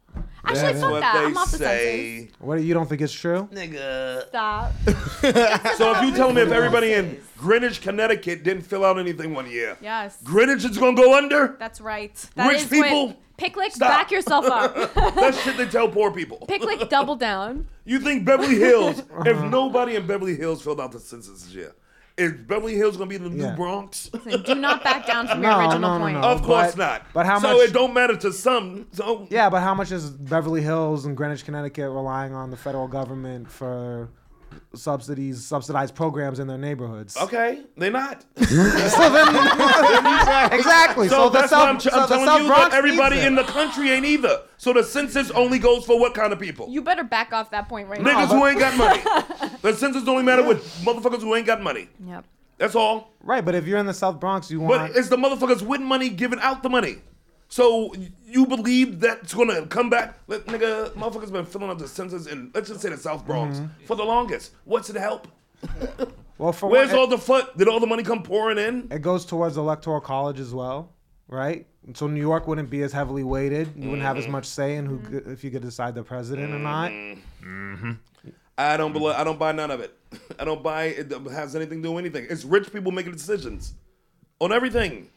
Actually, That's fuck what that. they I'm off the say. Oh. What you don't think it's true? Stop. So if you tell me if everybody in Greenwich, Connecticut didn't fill out anything one year, Yes. Greenwich is gonna go under. That's right. That Rich is people, What, Picklick, stop. back yourself up. That's shit they tell poor people. Picklick, double down. You think Beverly Hills? If nobody in Beverly Hills filled out the census this year, is Beverly Hills gonna be the new Yeah. Bronx? Do not back down from No, your original no, no, point. no. Of course But- not. but how so much- it don't matter to some. So Yeah, but how much is Beverly Hills and Greenwich, Connecticut relying on the federal government for subsidies, subsidized programs in their neighborhoods? okay, they're not. So then, exactly. So, So, the that's South, why I'm, tr- so I'm the telling South you Bronx that everybody needs it. in the country ain't either. So the census only goes for what kind of people? You better back off that point right Niggas now. who ain't got money. the census only matter with motherfuckers who ain't got money. Yep. That's all. right, but if you're in the South Bronx, you But want it's the motherfuckers with money giving out the money. So y- you believe that's gonna come back? Let, nigga, motherfuckers been filling out the census in let's just say the South Bronx for the longest. What's it help? well Mm-hmm. for Where's what, all the fuck? Did all the money come pouring in? it goes towards electoral college as well, right? So New York wouldn't be as heavily weighted. You wouldn't Mm-hmm. have as much say in who g- if you could decide the president or not. I don't believe. I don't buy none of it. I don't buy it. that Has anything to do with anything? It's rich people making decisions on everything.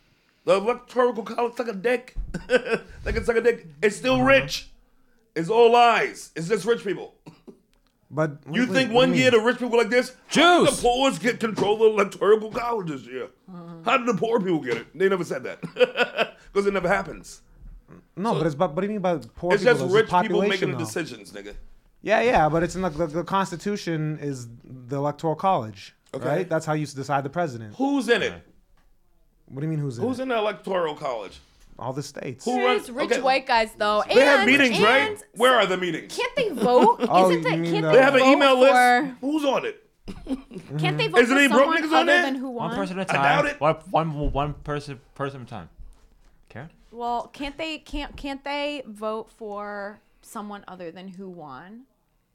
The electoral college suck a dick. they can suck a dick. It's Uh-huh. still rich. It's all lies. It's just rich people. But what You do think what one do you year mean? the rich people like this? How did the poor's get control of the electoral college this year? Uh-huh. How did the poor people get it? They never said that because it never happens. no, but it's but what do you mean by poor It's people? just It's rich people population, making the though. decisions, nigga. Yeah, yeah, but it's in the, the, the Constitution is the electoral college, right? That's how you s- decide the president. Who's in it? What do you mean who's in? Who's it? in the electoral college? All the states. Who These runs? rich okay. white guys, though. They and, have meetings, and right? Where are the meetings? Can't they vote? Oh, Isn't you that, mean can't the- they They have an vote email for, list. Who's on it? Can't they vote Isn't for any broke someone niggas on other there? than who One won? person at a I time. doubt it. One, one, one person, person at a time. Karen? Well, can't they can't can't they vote for someone other than who won?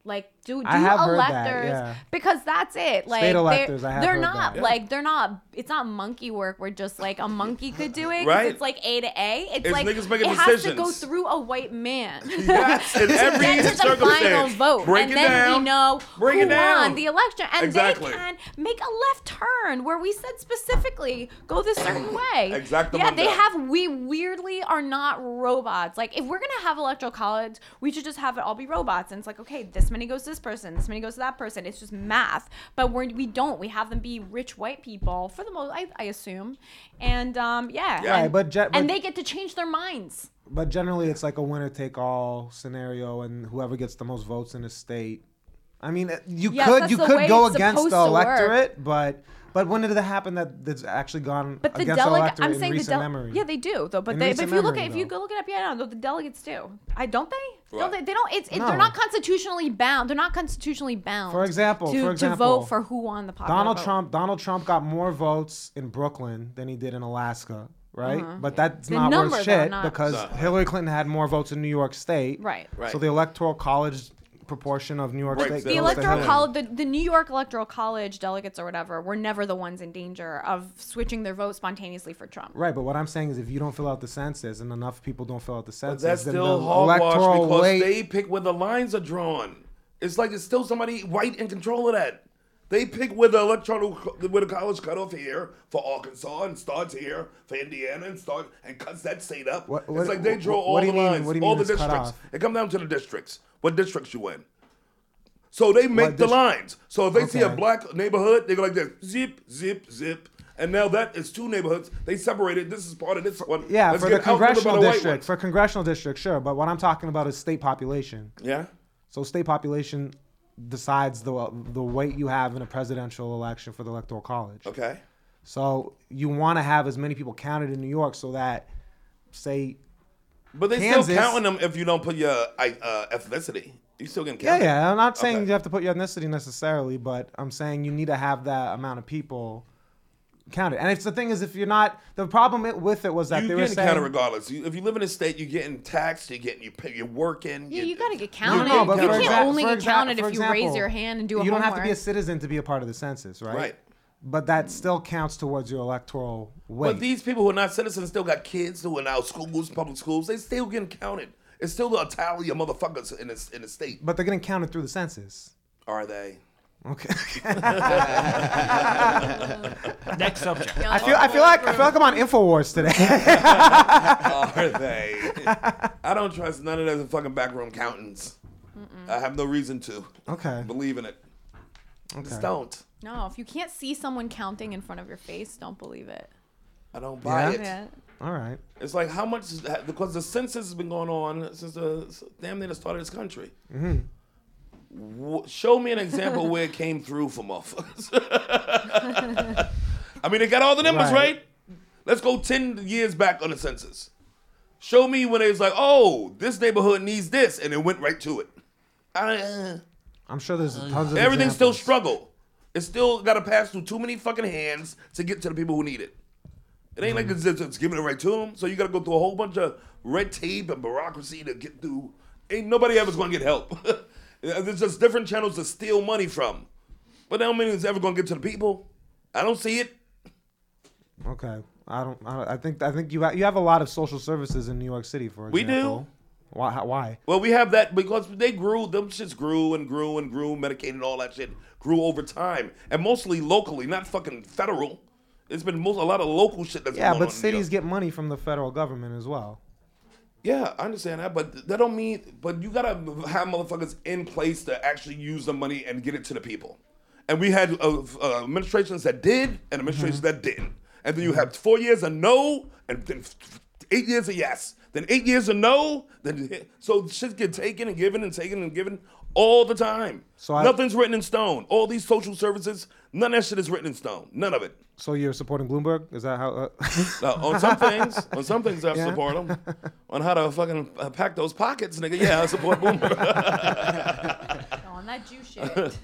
Like do do I have heard electors that, yeah. because that's it. Like electors, they're, I have they're heard not that. like they're not. It's not monkey work where just like a monkey could do it. 'cause Right. It's like A to A. It's, It's like niggas making it has to go decisions. through a white man. Yes, in every Get to the circumstance. final vote, Break and it then down. we know Break who it down. won the election, and Exactly. they can make a left turn where we said specifically go this certain way. Exactamundo. Yeah, they have. We weirdly are not robots. Like if we're gonna have electoral college, we should just have it all be robots. And it's like, okay, this many goes to this person, this many goes to that person. It's just math. But we're, we don't. We have them be rich white people for the most, I, I assume, and um, yeah, Yeah. and- Right, but, ge- but and they get to change their minds. But generally, it's like a winner take all scenario, and whoever gets the most votes in a state. I mean, it- you Yes, could that's you the way could go it's against the supposed to work. electorate, but but when did it happen that that's actually gone But the against the delegate, electorate I'm in saying the recent delegate. memory? Yeah, they do though. But, In they, but if recent you look memory, at if you though. go look it up, yeah, no, the delegates do. I don't they? Right. Don't they? They don't. It's it, No. they're not constitutionally bound. They're not constitutionally bound. For example- to, for to vote example, for who won the popular Donald vote. Trump Donald Trump got more votes in Brooklyn than he did in Alaska, right? But that's Uh-huh. The not number, though, worth shit not- because Hillary Clinton had more votes in New York State, Right. So the electoral college proportion of New York Right, State. the The goes to electoral Hillary. college, the, the New York electoral college delegates or whatever, were never the ones in danger of switching their vote spontaneously for Trump. Right, but what I'm saying is, if you don't fill out the census and enough people don't fill out the census, That's then still the hogwash electoral because weight. they pick where the lines are drawn. It's like it's still somebody white in control of that. They pick where the electoral where the college cut off here for Arkansas and starts here for Indiana and start and cuts that state up. What- what- it's like they draw what- all what do the you mean- lines, what do you all mean the it's cut districts. off? It comes down to the districts. What districts you in? So they make the dist- lines. So if they see a Okay. black neighborhood, they go like this: zip, zip, zip. And now that is two neighborhoods. They separated. This is part of this one. yeah, Let's for get the out little bit of congressional the white district, ones. for congressional district, sure. But what I'm talking about is state population. Yeah. So state population decides the the weight you have in a presidential election for the electoral college. Okay. So you want to have as many people counted in New York so that, say, But they Kansas- still counting them if you don't put your I- uh, ethnicity. You still getting yeah, counted. yeah. I'm not saying Okay. you have to put your ethnicity necessarily, but I'm saying you need to have that amount of people counted. And it's the thing is, if you're not, the problem it, with it was that You they were getting saying counted regardless. You, if you live in a state, you're getting taxed. You're getting you pay. You're working. Yeah, you- you gotta get you're counted. getting No, but You counted. can't exa- only get exa- counted if for you raise your hand and do You a don't have to be a homework. citizen to be a part of the census, right? Right. But that still counts towards your electoral weight. But these people who are not citizens still got kids who are now schools, public schools. They still getting counted. It's still the tally of motherfuckers in this in the state. But they're getting counted through the census. Are they? Okay. Next subject. I feel I feel like I feel like I'm on Infowars today. Are they? I don't trust none of those fucking backroom accountants. I have no reason to. Okay. Believe in it. Just don't. No, if you can't see someone counting in front of your face, don't believe it. I don't buy Yeah? it. Yeah. All right. It's like how much is that- because the census has been going on since the s- damn near the start of this country. W- show me an example where it came through for motherfuckers. I mean, they got all the numbers right. Right. Let's go ten years back on the census. Show me when it was like, oh, this neighborhood needs this, and it went right to it. I, uh, I'm sure there's tons of everything still examples. struggle. It's still got to pass through too many fucking hands to get to the people who need it. It ain't like Mm-hmm. it's, it's, it's giving it right to them. So you got to go through a whole bunch of red tape and bureaucracy to get through. Ain't nobody ever's gonna get help. There's just different channels to steal money from, but that don't mean it's ever gonna get to the people. I don't see it. Okay. I don't. I, don't- I think. I think you ha- you have a lot of social services in New York City. For We do. example. Why? How, why? Well, we have that because they grew, them shits grew and grew and grew, Medicaid and all that shit grew over time. And mostly locally, not fucking federal. It's been most, a lot of local shit that's Yeah, going on but in New York. cities get money from the federal government as well. Yeah, I understand that, but that don't mean. But you gotta have motherfuckers in place to actually use the money and get it to the people. And we had uh, uh, administrations that did and administrations Mm-hmm. that didn't. And then you have four years of no, and then f- f- eight years of yes, then eight years of no. Then so shit get taken and given and taken and given all the time. So I- nothing's written in stone. All these social services, none of that shit is written in stone. None of it. So you're supporting Bloomberg? Is that how? Uh, Now, on some things, on some things I support them. On how to fucking uh, pack those pockets, nigga. Yeah, I support Boomer. On that Jew shit. but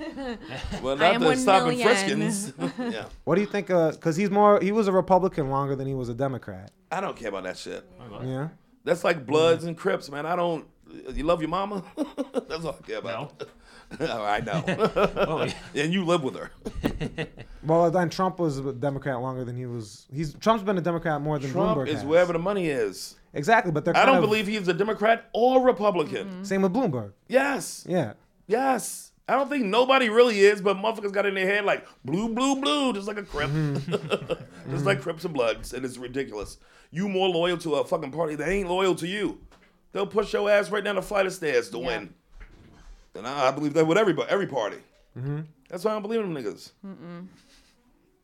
I not am the one stopping million. friskins. yeah, what do you think? Because he's more. He was a Republican longer than he was a Democrat. I don't care about that shit. Yeah. That's like Bloods and Crips, man. I don't. You love your mama? That's all I care about. Oh, I know. Oh, yeah. and you live with her. Well, then Trump was a Democrat longer than he was. He's Trump's been a Democrat more than Trump Bloomberg is has. wherever the money is. Exactly, but they're. I kind don't of- believe he's a Democrat or Republican. Mm-hmm. Same with Bloomberg. Yes. Yeah. Yes. I don't think nobody really is, but motherfuckers got in their head like blue, blue, blue, just like a crip. just like Crips and Bloods, and it's ridiculous. You more loyal to a fucking party that ain't loyal to you. They'll push your ass right down the flight of stairs to win. And I, I believe that with everybody, every party. Mm-hmm. That's why I don't believe in them niggas.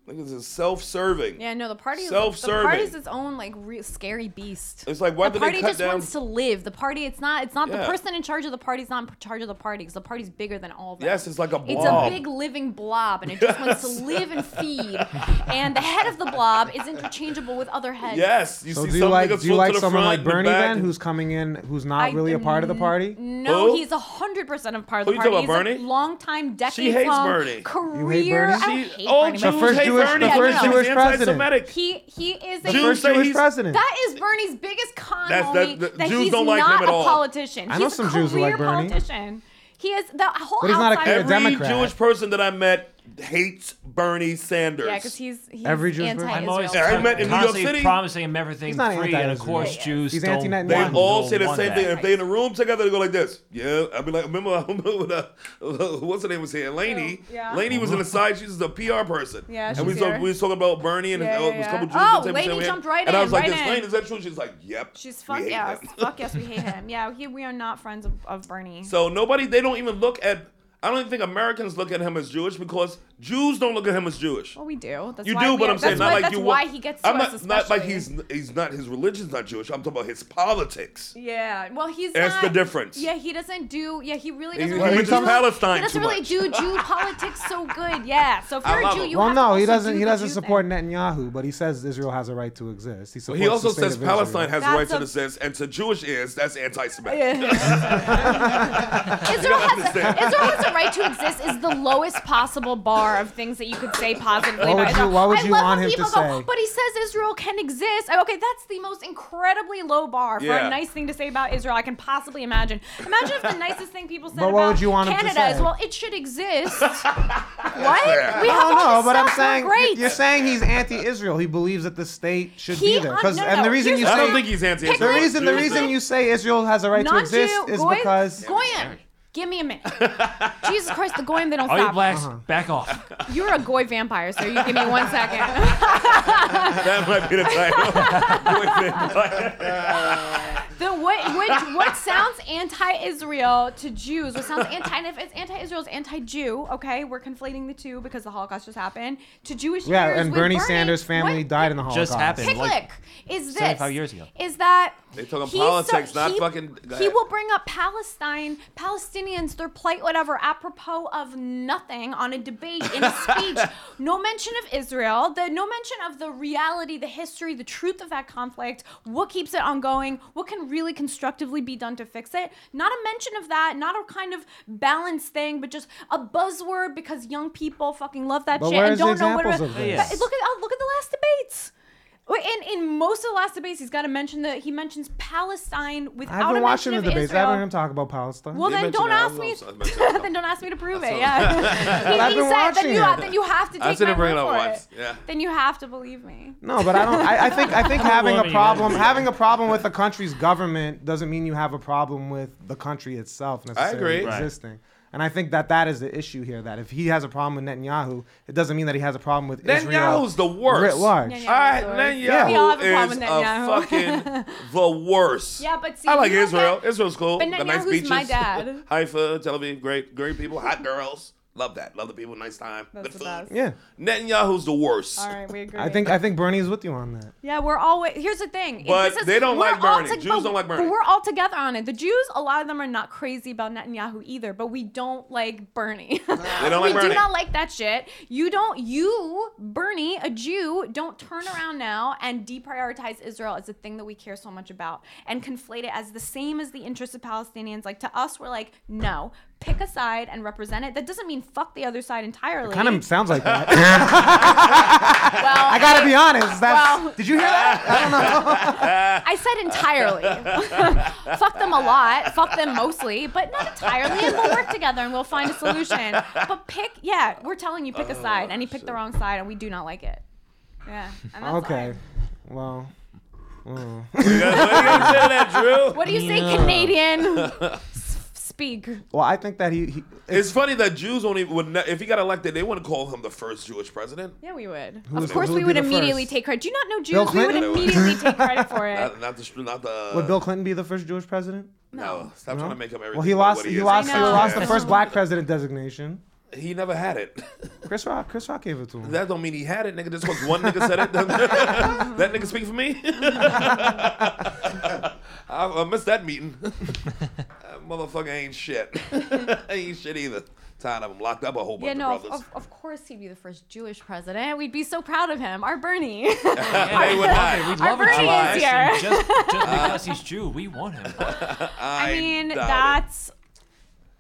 Niggas is self-serving. yeah, no, the party is Self-serving. The party's its own like real scary beast. It's like why the did party they cut just down? wants to live. The party, it's not. It's not Yeah. the person in charge of the party's not in charge of the party because the party's bigger than all of them. yes, it's like a blob. It's a big living blob, and it just wants to Yes. live and feed. And the head of the blob is interchangeable with other heads. Yes, you So see do you some like niggas do you float like to the someone front like and the Bernie back then, and- who's coming in, who's not really a part of the party? No, Who? he's a hundred percent a part of the Who you party. talking He's about, a Bernie? long time, decades She hates long Bernie. career. Bernie? I don't She- hate all Oh, Bernie, Jews but The first hate Bernie. Jewish- the Bernie first is Jewish anti-Semitic. He he is a The Jews first say Jewish he's- president. That is Bernie's biggest con That's- only that- that, that- Jews he's don't like him not at a all. politician. I know he's some a Jews who like career Bernie. politician. He is the whole But he's not a outside career Every Democrat. Jewish person that I met hates Bernie Sanders. Yeah, because he's, he's Every Jew- I'm I'm always anti-Israel. Yeah, I met in New York constantly City. promising him everything He's not free, and of anti-Israel. course Yeah, yeah. Jews He's don't. anti-net- They Wow. all don't say the want same that. thing. If they in a room together, they go like this. Yeah, I'd be like, remember, I remember when, uh, what's her name was here? Laney. Oh, Yeah. Laney was in the side. She's a PR person. Yeah, And we, she's talk, here. we was talking about Bernie and Yeah, yeah, uh, was a yeah. couple Jews. Oh, at the table Laney saying, jumped right And I in, was like, right this in. Laney, is that true? She's like, yep. She's we fuck hate yes, him." fuck yes, we hate him. Yeah, he, we are not friends of, of Bernie. So nobody, they don't even look at. I don't even think Americans look at him as Jewish because Jews don't look at him as Jewish. Well, we do. That's You why do, we but are- I'm saying that's not why, like that's you. why wa- he gets to I'm us not, not like especially. he's he's not his religion's not Jewish. I'm talking about his politics. Yeah, well, he's That's not, the difference. Yeah, he doesn't do. Yeah, he really He- doesn't. he really mentions do- Palestine He doesn't too really much. do Jew politics so good. Yeah, so if I you're a love Jew, him. you Well, have to no, he also doesn't. do He the doesn't Jew support thing. Netanyahu, but he says Israel has a right to exist. He supports. He also the state says of Israel. Palestine has That's rights to a- the sense, and to Jewish ears, that's anti-Semitic. Israel has, Israel has a right to exist is the lowest possible bar of things that you could say positively. about What would you- Israel. what would I you love want when him to people go, say? But he says Israel can exist. Oh, okay, that's the most incredibly low bar for Yeah. a nice thing to say about Israel I can possibly imagine. Imagine if the nicest thing people said But what about would you want him to Canada is say? well, it should exist. what? We I have don't all know, this but I'm stuff. We're saying great. you're saying he's anti-Israel. He believes that the state should He- be there. uh, 'Cause- no, and no, the reason here's you I the say don't think he's anti-Israel. the reason the Jews reason do. you say Israel has a right to Non-Jew, exist is Goy- because Goyim. Give me a minute. Jesus Christ, the Goyim, they don't All you stop. blacks, back off. You're a Goy vampire, so you give me one second. that might be the title. The what which what sounds anti-Israel to Jews? What sounds anti? and If it's anti-Israel, it's anti-Jew. Okay, we're conflating the two because the Holocaust just happened. To Jewish yeah, ears, and with Bernie Sanders' family what? died in the Holocaust. Just happened. Picklick Like, is this 75 years ago. Is that They talking he's politics, not fucking- go He ahead. will bring up Palestine, Palestinians, their plight, whatever, apropos of nothing on a debate in a speech. no mention of Israel. The no mention of the reality, the history, the truth of that conflict. What keeps it ongoing? What can really constructively be done to fix it? Not a mention of that. Not a kind of balanced thing, but just a buzzword because young people fucking love that But shit and where's the don't know what. examples of Yeah. But this? look at oh, look at the last debates. Wait, In in most of the last debates, he's got to mention that he mentions Palestine without I've been a mention watching the of debates. I Israel. haven't heard him talk about Palestine. well, They then mention don't it. I ask don't me. know, so I mentioned it. then don't ask me to prove it. all. Yeah. I've he he been said then watching you, have, it. then you have to take said my it, bring word it up for once. Yeah. Then you have to believe me. No, but I don't. I, I think I think having a woman, you problem know. having a problem with a country's government doesn't mean you have a problem with the country itself necessarily agree. Right. existing. And I think that that is the issue here. That if he has a problem with Netanyahu, it doesn't mean that he has a problem with Israel. Netanyahu's the worst. writ large. Netanyahu. All right, Yeah. We all have Netanyahu a is problem with a Netanyahu. fucking the worst. Yeah, but see, I if like you look Israel. at- Israel's cool. But Got nice Netanyahu's beaches. my dad. Haifa, Tel Aviv, great, great people, hot girls. Love that. Love the people. Nice time. That's Good the food. best. Yeah, Netanyahu's the worst. All right, we agree. I think I think Bernie's with you on that. Yeah, we're always. Here's the thing. If But this is- they don't we're like all Bernie. tog- Jews but- don't like but Bernie. we're all together on it. The Jews, a lot of them are not crazy about Netanyahu either, but we don't like Bernie. They don't we like Bernie. do not like that shit. You don't. You, Bernie, a Jew, don't turn around now and deprioritize Israel as a thing that we care so much about and conflate it as the same as the interests of Palestinians. Like to us, we're like, no, pick a side and represent it. That doesn't mean fuck the other side entirely. Kind of sounds like that. Well, I gotta be honest. That's, Well- did you hear that? I said entirely. Fuck them a lot. Fuck them mostly, but not entirely. And we'll work together and we'll find a solution. But pick, yeah, we're telling you, pick a side. And he picked the wrong side, and we do not like it. Yeah. And that's Okay. all. Well, that, Drew? What do you say, Canadian? S- Speak. well, I think that he, he It's funny that Jews don't even would not, if he got elected, they wouldn't call him the first Jewish president. yeah, we would. Of course, who we would would be the immediately first? take credit. Do you not know Bill Jews? We would Clinton? immediately take credit for it. Not, not the not the. would Bill Clinton be the first Jewish president? No, stop trying to make up everything. Well, he about lost. what He is. lost. He know. lost the Yeah. first black president designation. He never had it. Chris Rock. Chris Rock gave it to him. That don't mean he had it, nigga. Just because one nigga said it, that nigga speak for me. I, I missed that meeting. that motherfucker ain't shit. ain't shit either. Tired of him locked up a whole bunch Yeah, no, of of, brothers. of, of course he'd be the first Jewish president. We'd be so proud of him. Our Bernie. they would not. Our a Bernie Jewish is here. person Just, just because he's Jew, we want him. I I mean, doubt it. that's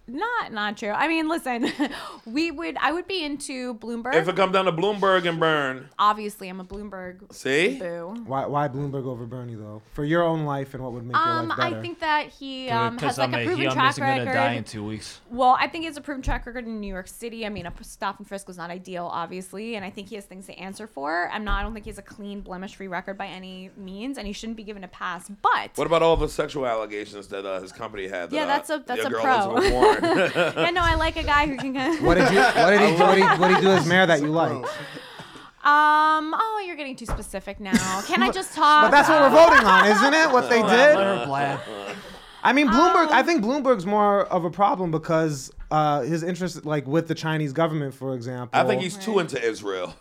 not not true. I mean, listen, we would I would be into Bloomberg. If it come down to Bloomberg and Burn, Obviously, I'm a Bloomberg see, boo. Why, why Bloomberg over Bernie though? For your own life and what would make Um, your life better. I think that he um, has like I'm a proven he, I'm track just gonna die in record. two weeks. Well, I think he has a proven track record in New York City. I mean, a p- stop and frisk was not ideal, obviously, and I think he has things to answer for. I'm not. I don't think he has a clean, blemish-free record by any means, and he shouldn't be given a pass. But what about all the sexual allegations that uh, his company had? That, Yeah, uh, that's a- that's your a girl pro. is with Warren. yeah, no, I like a guy who can. what did you? What did he? What did he, what did he do as mayor that you liked? Um. Oh, you're getting too specific now. Can I just talk? But that's what we're voting on, isn't it? What they did. Black. I mean, Bloomberg. Um, I think Bloomberg's more of a problem because uh, his interest, like with the Chinese government, for example. I think he's too into Israel.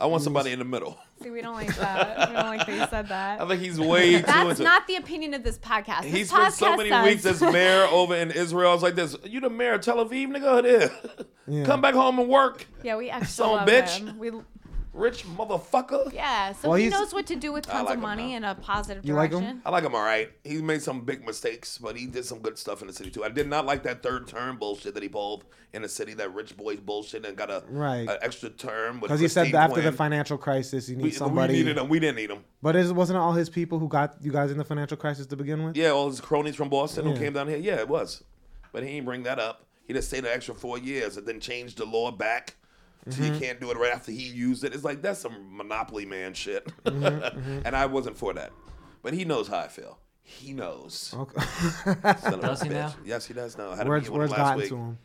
I want somebody in the middle. See, we don't like that. We don't like that you said I that. think he's way too That's into. not the opinion of this podcast. This He spent podcast so many says- weeks as mayor over in Israel. I was like, "This, you the mayor of Tel Aviv, nigga? It is. Come back home and work." yeah, we actually Son love bitch. him. We rich motherfucker. Yeah, so Well, he he's- knows what to do with tons like of him money now. in a positive You like him? direction. I like him all right. He made some big mistakes, but he did some good stuff in the city too. I did not like that third term bullshit that he pulled in the city, that rich boys bullshit, and got a Right. an extra term. Because he said that after the financial crisis, you need we, somebody. we needed him. We didn't need him. But is, wasn't it all his people who got you guys in the financial crisis to begin with? Yeah, all his cronies from Boston Yeah. who came down here. Yeah, it was, but he didn't bring that up. He just stayed an extra four years and then changed the law back. So Mm-hmm. you can't do it right after he used it. It's like that's some monopoly man shit, Mm-hmm, and I wasn't for that. But he knows how I feel. He knows. Okay. Son of a Does he bitch. now? Yes, he does now. I had a Oh. Words, meeting with words him last gotten week. to him.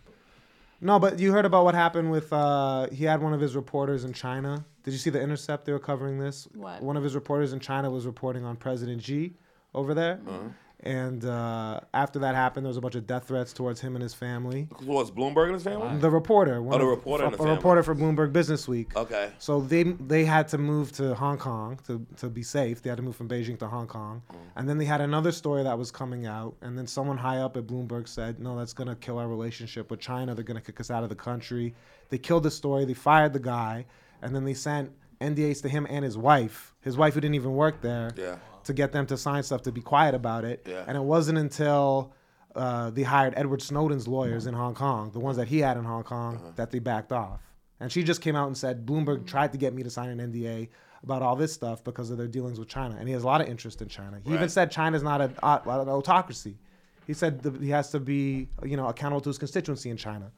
No, but you heard about what happened with uh, he had one of his reporters in China. Did you see the Intercept? They were covering this. What? One of his reporters in China was reporting on President Xi over there, Uh-huh. and uh, after that happened, there was a bunch of death threats towards him and his family. Towards Bloomberg and his family. The reporter. one Oh, the of- reporter A, and the a family. reporter for Bloomberg Business Week. Okay. So they they had to move to Hong Kong to, to be safe. They had to move from Beijing to Hong Kong, Mm. and then they had another story that was coming out, and then someone high up at Bloomberg said, "No, that's gonna kill our relationship with China. They're gonna kick us out of the country." They killed the story. They fired the guy, and then they sent NDAs to him and his wife, his wife who didn't even work there, Yeah. to get them to sign stuff to be quiet about it. Yeah. And it wasn't until uh, they hired Edward Snowden's lawyers in Hong Kong, the ones that he had in Hong Kong, Uh-huh. that they backed off. And she just came out and said Mm. Bloomberg tried to get me to sign an NDA about all this stuff because of their dealings with China. And he has a lot of interest in China. He even Right. said China's not an, aut- an autocracy. He said that he has to be, you know, accountable to his constituency in China.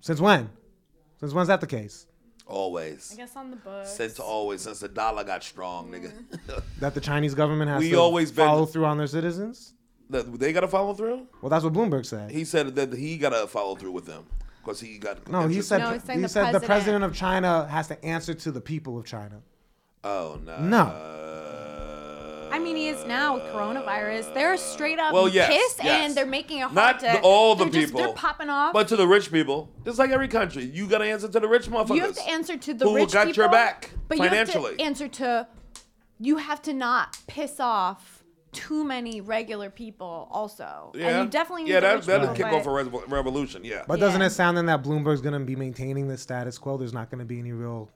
Since when? Since when's that the case? Always. guess on the book. Since always, since the dollar got strong, Mm-hmm. nigga. That the Chinese government has We to always been- follow through on their citizens? That- they got to follow through. Well, that's what Bloomberg said. He said that he got to follow through with them because he got. No, he interest- said, No, he he's saying the said the president. president of China has to answer to the people of China. Oh no. No. I mean, he is now with coronavirus. They're straight up Well, yes, pissed, yes. and they're making it hard Not to. the- all the they're just- people. they're popping off. But to the rich people, just like every country, you got to answer to the rich motherfuckers. you have to answer to the who rich got people, your back but you financially. have to answer to. You have to not piss off too many regular people, also. yeah. And you definitely need yeah, the that rich that'll people, kick but- off a re- revolution. Yeah. But Yeah. doesn't it sound then that Bloomberg's going to be maintaining the status quo? There's not going to be any real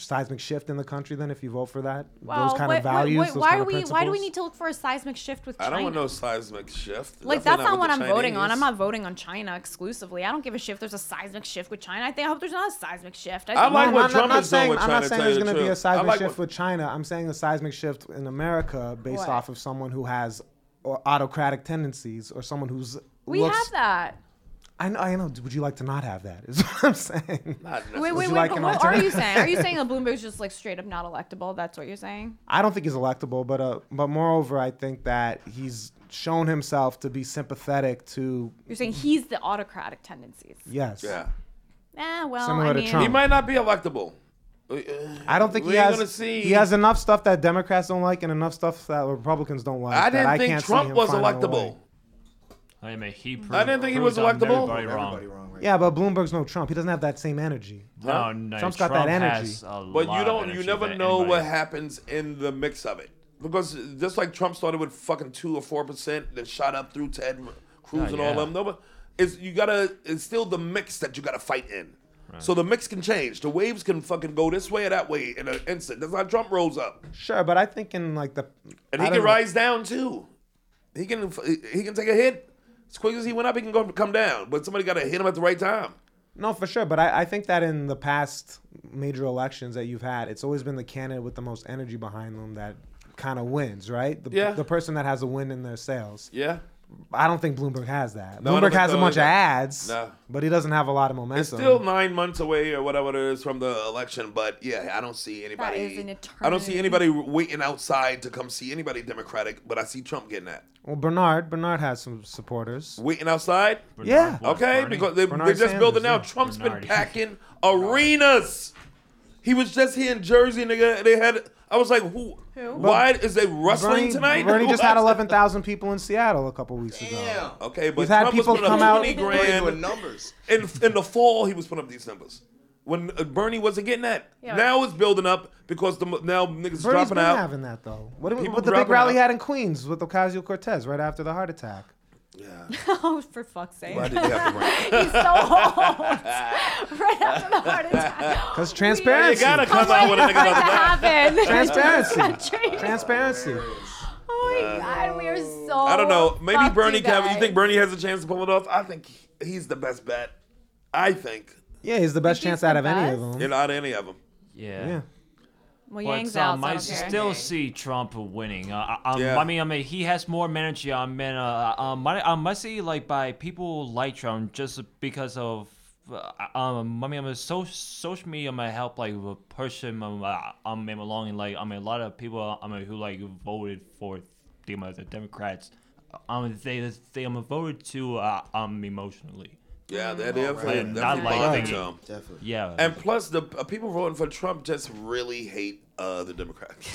seismic shift in the country then if you vote for that? Well, those kind what- of values, what- those why kind are of we? principles? Why do we need to look for a seismic shift with I China? don't want no seismic shift. Definitely Like that's not with what I'm the voting on. Chinese. I'm not voting on China exclusively. I don't give a shit if there's a seismic shift with China. I think I hope there's not a seismic shift. I, I think- like I'm what not, Trump I'm not is doing saying, with I'm China, not to saying tell there's you the going to be a truth. I seismic like shift what- with China. I'm saying a seismic shift in America based What? off of someone who has or autocratic tendencies or someone who's we looks, have that. I know, I know. Would you like to not have that? Is what I'm saying. Not Wait, wait, you wait. like but an what are you saying? Are you saying that Bloomberg's just like straight up not electable? That's what you're saying? I don't think he's electable, but uh, but moreover, I think that he's shown himself to be sympathetic to You're saying he's the autocratic tendencies. yes. Yeah. Eh, well, Similar I to mean, Trump. He might not be electable. I don't think We're he has. gonna see. He has enough stuff that Democrats don't like and enough stuff that Republicans don't like. I that didn't can't think see Trump him was finding a electable. way. I mean, he proved, I didn't think he proved was I'm electable. Everybody wrong. Everybody wrong right Yeah, but Bloomberg's no Trump. He doesn't have that same energy. No, Oh, no, Trump's got Trump that energy. has a But lot you of don't. You energy never than know what anybody. happens in the mix of it because just like Trump started with fucking two or four percent, then shot up through Ted Cruz Oh, and yeah. all them. No, but it's you gotta. It's still the mix that you gotta fight in. So the mix can change. The waves can fucking go this way or that way in an instant. That's how Trump rolls up, Sure, but I think in like the and I he don't can know. rise down too. He can he can take a hit as quick as he went up. He can go come down, but somebody gotta hit him at the right time. No, for sure. But I, I think that in the past major elections that you've had, it's always been the candidate with the most energy behind them that kind of wins, right? The, Yeah. the person that has a win in their sales. Yeah. I don't think Bloomberg has that. I don't Bloomberg think has a so bunch of either. ads, No. but he doesn't have a lot of momentum. It's still nine months away or whatever it is from the election, but yeah, I don't see anybody. is an I don't see eternity. anybody waiting outside to come see anybody Democratic, but I see Trump getting that well, Bernard, Bernard has some supporters. waiting outside. yeah. Bernard- Okay, Bernie? because they, Bernard they're just Sanders, building now. yeah. Trump's Bernard, been yeah. packing arenas. He was just here in Jersey, nigga. They had. I was like, who? Why is they wrestling Bernie, tonight? Bernie just What? had 11,000 people in Seattle a couple weeks ago. Damn. Okay, but He's had Trump people was putting come out- up 20 We're doing grand numbers. in in the fall he was putting up these numbers. When uh, Bernie wasn't getting that, now it's building up because the mo- now niggas Bernie's dropping been out. having that though. What, do we- People what the big dropping rally he out. had in Queens with Ocasio Cortez right after the heart attack. oh, for fuck's sake. Why did they have to run? He's so old. right after the heart attack. Oh Because You transparency. gotta come out with a nigga What about that. happened? transparency. Country. transparency. Oh my god, we are so. I don't know. Maybe fucked, Bernie you Cav- You guys. think Bernie has a chance to pull it off? I think he's the best bet. I think. Yeah, he's the best Think he's chance out the of any of best? them. You know, out of any of them. Yeah. Yeah. Well, Yang's But out. um, so I I don't care. still see Trump winning. Uh, I, I'm- Yeah. I mean, I mean, he has more energy. I mean, uh, um, I, um, I see like by people like Trump just because of. Uh, um, I mean, I'm a so, social media might help like a person um, uh, um, um, along and like I mean a lot of people uh, I mean who like voted for the, um, the Democrats, um, they they um, voted to uh, um emotionally. Yeah, Mm. that is. right. That's Not like bonding that. to 'em. Definitely. Yeah. And plus, the uh, people voting for Trump just really hate uh, the Democrats.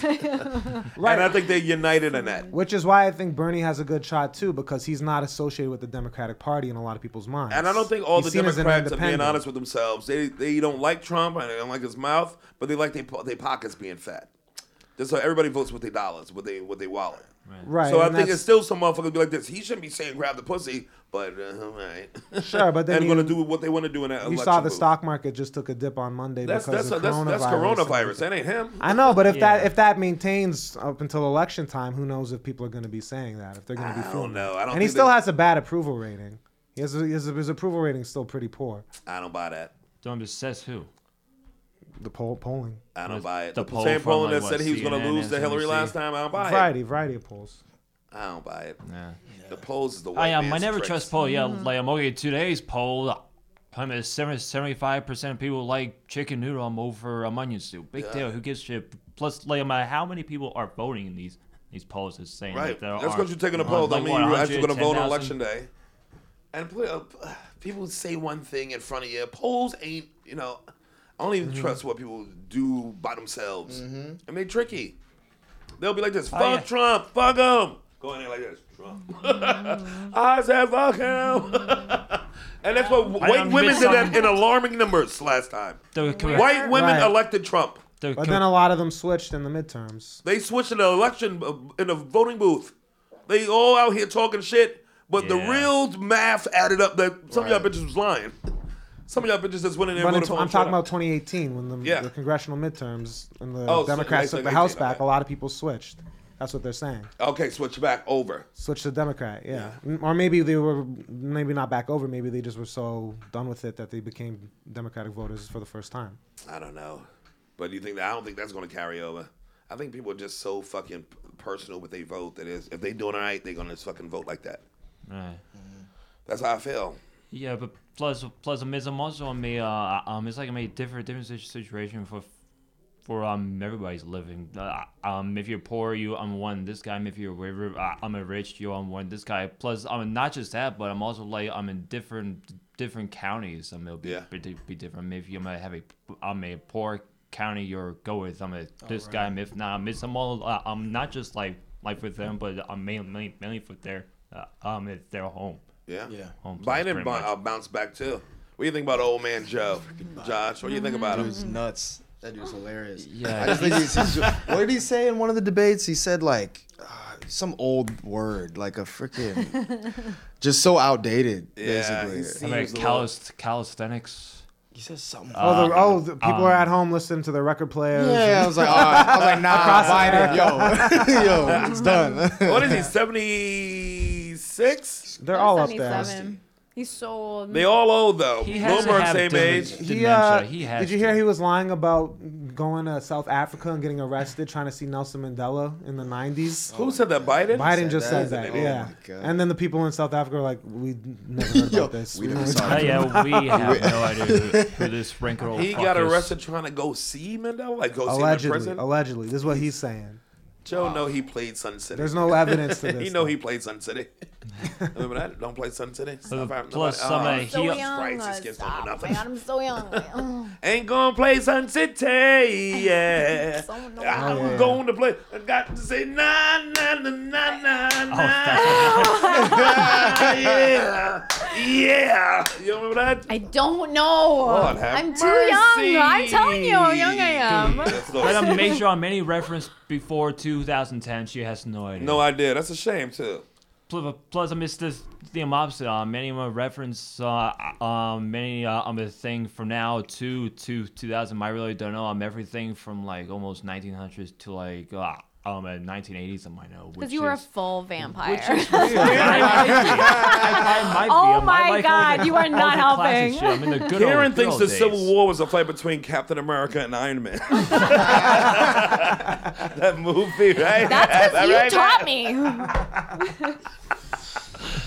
And I think they're united in that. Which is why I think Bernie has a good shot too, because he's not associated with the Democratic Party in a lot of people's minds. And I don't think all He's the seen as an Democrats are being independent. honest with themselves. They they don't like Trump and they don't like his mouth, but they like their they pockets being fat. That's how everybody votes with their dollars, with they with their wallet. Right. So I and think that's- it's still some motherfuckers be like this. He shouldn't be saying grab the pussy, but uh, all right. Sure, but then and going to do you- what they want to do in that You election. saw the booth. stock market just took a dip on Monday That's because that's of that's, coronavirus. that's coronavirus. That ain't him. I know, but if that Yeah. if that maintains up until election time, who knows if people are going to be saying that? If they're going to be I feeling don't know. it. I don't. And he think still that- has a bad approval rating. He has a, his, his approval rating's still pretty poor. I don't buy that. Trump just says who? The poll polling, I don't Was buy it. The, the poll same from, polling like, that what, said he was going to CNN, lose to Hillary SNBC? last time. I don't buy it. variety variety of polls. I don't buy it. Yeah. The polls is the I white um, I man's never tricks. trust poll. Yeah, like I'm okay. Today's poll, I mean, 75 percent of people like chicken noodle um, over um, onion soup. Big deal. Who gives shit? Plus, like, um, uh, how many people are voting in these these polls? Is saying Right. that there That's are, because you're taking a poll. uh, Don't like, mean what, you're actually going 110,000? to vote on election day. And pl- uh, p- people say one thing in front of you. Polls ain't, you know, I don't even Mm-hmm. trust what people do by themselves. And they tricky. They'll be like this: "Fuck Oh, yeah. Trump, fuck him." Go in there like this, Trump. Mm-hmm. I said, "Fuck him," and that's what white don't women miss did that something. in alarming numbers last time. The- correct. White women Right. elected Trump. The- But cor- then a lot of them switched in the midterms. They switched in the election uh, in the voting booth. They all out here talking shit, but the Yeah. real math added up that some of y'all bitches was lying. Some of y'all bitches just went in there and But in voted tw- for I'm Trump. talking about 2018 when the, Yeah. the congressional midterms and the Oh, so Democrats they- took they- the House they- back. okay. A lot of people switched. That's what they're saying. Okay, switch back over. Switch to Democrat, yeah. M- Or maybe they were maybe not back over. Maybe they just were so done with it that they became Democratic voters for the first time. I don't know, but do you think that? I don't think that's going to carry over. I think people are just so fucking p- personal with their vote that is, if they doing all right, they're going to fucking vote like that. Right. That's how I feel. Yeah, but plus plus um, it's um, also on me. Uh, um, it's like a different different situ- situation for for um everybody's living. Uh, um, if you're poor, you um one this guy. If you're ri- ri- uh, I'm a rich, you um one this guy. Plus, I mean not just that, but I'm also like I'm in different different counties. Um, it'll be Yeah. be, di- be different. If you might have a I'm a poor county, you're go with I'm a this guy. um, If not, um, it's um, all uh, um not just like like with them, but I'm mainly mainly for their uh, um it's their home. Yeah. Yeah. Home place, Biden pretty bu- much. uh, bounced back too. What do you think about old man Joe? Josh, what do you think about him? Dude's nuts. That dude's hilarious. Yeah, I just think he's, he's, what did he say in one of the debates? He said like uh, some old word, like a freaking, just so outdated, basically. he I seems mean, a little- calist, calisthenics. He says something. Uh, oh, the, oh um, the, people are at home listening to their record players. Uh, yeah, I was like, all right. I was like, nah, Biden, yo, yo, it's done. what is he, 76? They're all up there. 77. He's so old. They all old, though. He has to Bloomberg, have same dem- age. He, uh, dementia. He has did you to. hear he was lying about going to South Africa and getting arrested trying to see Nelson Mandela in the 90s? Who said that, Biden? Biden just that? said that, Oh yeah. my God. And then the people in South Africa were like, we never heard about Yo, this. we We never never saw Oh, it. yeah, we have no idea who, who this wrinkled old He fuck got is. arrested trying to go see Mandela? Like, go see him in Allegedly, Oh. prison? allegedly. This is what he's saying. Joe, no, he played Sun City. There's no evidence to this. he know though. he played Sun City. Remember that? Don't play Sun City. Stop out- plus nobody- Oh. some, uh, Jesus so he- young. Christ, uh, these kids don't Oh stop, know man, nothing. I'm so young. Ain't gonna play Sun City, yeah. Someone knows. I'm Oh, yeah. going to play. I got to say na na na na na na. yeah, yeah. You remember that? I don't know. Lord have I'm too young. I'm mercy. telling you how young I am. That's the- But I'm major on many reference before 2010. She has no idea. no idea. That's a shame too. Pl- Plus, I missed this the opposite. Um, many of my reference, uh, um, many uh, um, the thing from now to to 2000. I really don't know. Um, everything from like almost 1900s to like uh, um, uh, 1980s. I might know. Because Because you were a full vampire. oh my God, you are not helping. I'm in the good Karen old, good thinks old the days. Civil War was a fight between Captain America and Iron Man. that movie, right? That's because you right, taught me.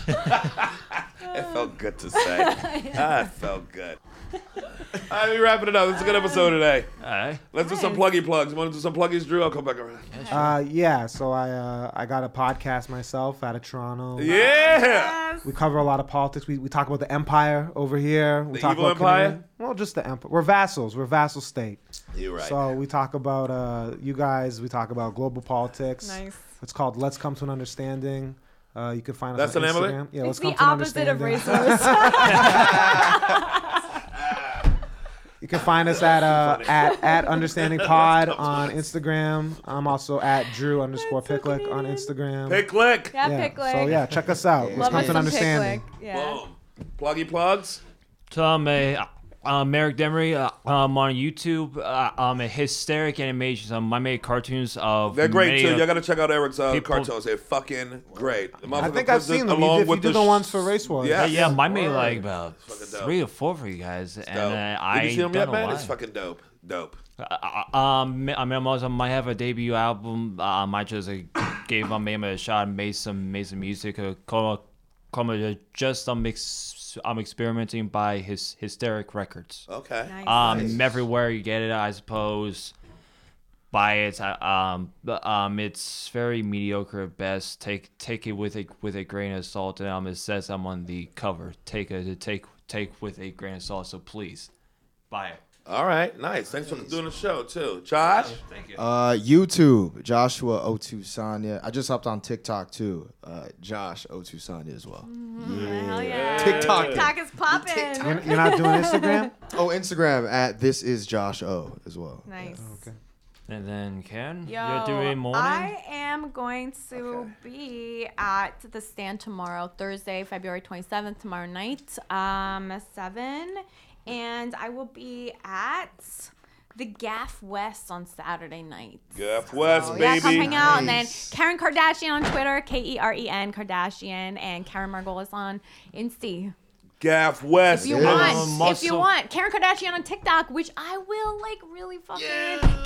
It felt good to say. Ah, it felt good. All right, we wrapping it up. It's a good episode today. Alright. Let's do some pluggy plugs. Want to do some pluggies, Drew? I'll come back around. Uh, yeah, so I uh, I got a podcast myself out of Toronto. Yeah. We cover a lot of politics. We, we talk about the empire over here. We The talk evil about empire? Canadian- well, just the empire. We're vassals. We're vassal state. You're right. So we talk about uh, you guys. We talk about global politics. Nice. It's called Let's Come to an Understanding. Uh, you can find That's us on the name of it? Instagram. Yeah, it's Let's Come the to an opposite of Understanding. racist. You can find us at uh, at at Understanding Pod on Instagram. I'm also at Drew underscore Picklick on Instagram. Hey, click. yeah, yeah. pick like. So yeah, check us out. Let's Love come us to an some pick understanding. like. Yeah. Boom. Pluggy plugs. Tom, uh, um, Eric Demery, uh, um, on YouTube, uh, um, hysteric animations. Um, I made cartoons of. They're great many too. of- Y'all gotta check out Eric's uh, People- cartoons. They're fucking great. The I motherfucker think I've puts it seen them. along You did, with you did the the sh- ones for race wars. Yeah, Yeah, mine made like Word. about Fucking dope. three or four for you guys, and Dope. uh, I Did you see him don't yet, know man? why. It's fucking dope. Dope. Uh, uh, um, I mean, I'm also, I might have a debut album. Um, I just uh, gave my name a shot, and made some, made some music. Uh, called, called uh, just I'm, ex- I'm experimenting by his hysteric records. Okay. Um, everywhere you get it, I suppose. Buy it. I- Um, but, um, it's very mediocre at best. Take take it with a with a grain of salt. And um, it says I'm on the cover. Take a take take with a grain of salt. So please, buy it. All right. Nice. Thanks for doing the show too, Josh. Uh, YouTube, Joshua Otusanya. I just hopped on TikTok too. Uh, Josh Otusanya as well. Hell yeah. TikTok. TikTok is popping. You're, you're not doing Instagram? Oh, Instagram at this is Josh O as well. Nice. And then Ken, Yo, you're doing morning. I am going to be at the stand tomorrow, Thursday, February 27th, tomorrow night, um, 7. And I will be at the Gaff West on Saturday night. Gaff West, baby. Yeah, come hang out. And then Karen Kardashian on Twitter, K E R E N Kardashian, and Karen Margolis on Insta. Gaff West. If you baby. want, Um, if you also- want, Karen Kardashian on TikTok, which I will like really fucking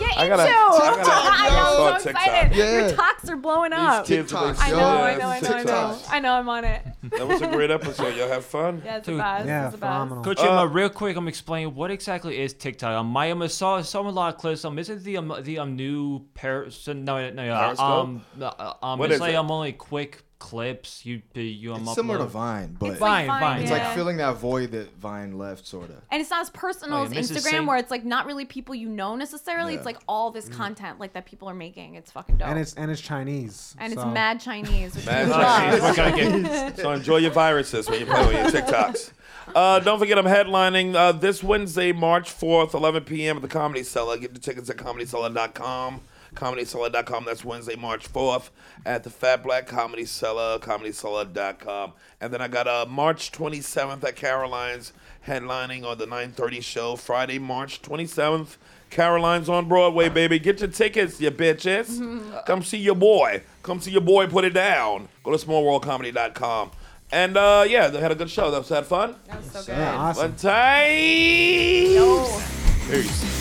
get I gotta- into. TikTok, yo. I know, I'm so TikTok. excited. Yeah. Your talks are blowing up. TikTok. I know, I Yeah, know, I know, I know. TikTok. I know, I'm on it. That was a great episode. Y'all have fun. Yeah, it's the Dude. best. Yeah, it's the best. phenomenal. Coach, um, uh, real quick, I'm explaining what exactly is TikTok. Um, I um, saw saw a lot of clips. Um, is it the um the um new Paris? No, no, no. uh, Periscope? Um, uh, um, What it's is like it? um only quick clips. You you um It's similar to upload. Vine, but it's Vine, like, Vine, Vine. It's like yeah. filling that void that Vine left, sort of. And it's not as personal Oh, yeah, as Mrs. Instagram, Saint- where it's like not really people you know necessarily. Yeah. It's like all this content like that people are making. It's fucking dope. And it's and it's Chinese. And it's so- mad Chinese, which Mad we Chinese. love. We're gonna get So enjoy your viruses when you play with your TikToks. Uh, don't forget, I'm headlining uh, this Wednesday, March 4th, 11 p.m. at the Comedy Cellar. Get the tickets at comedycellar.com. Comedycellar.com. That's Wednesday, March 4th at the Fat Black Comedy Cellar, comedycellar.com. And then I got uh, March 27th at Caroline's headlining on the 9:30 show. Friday, March 27th, Caroline's on Broadway, baby. Get your tickets, you bitches. Come see your boy. Come see your boy. Put it down. Go to smallworldcomedy.com. And uh, yeah, they had a good show. That was had fun. That was so good. Yeah, awesome. Fun times. Peace.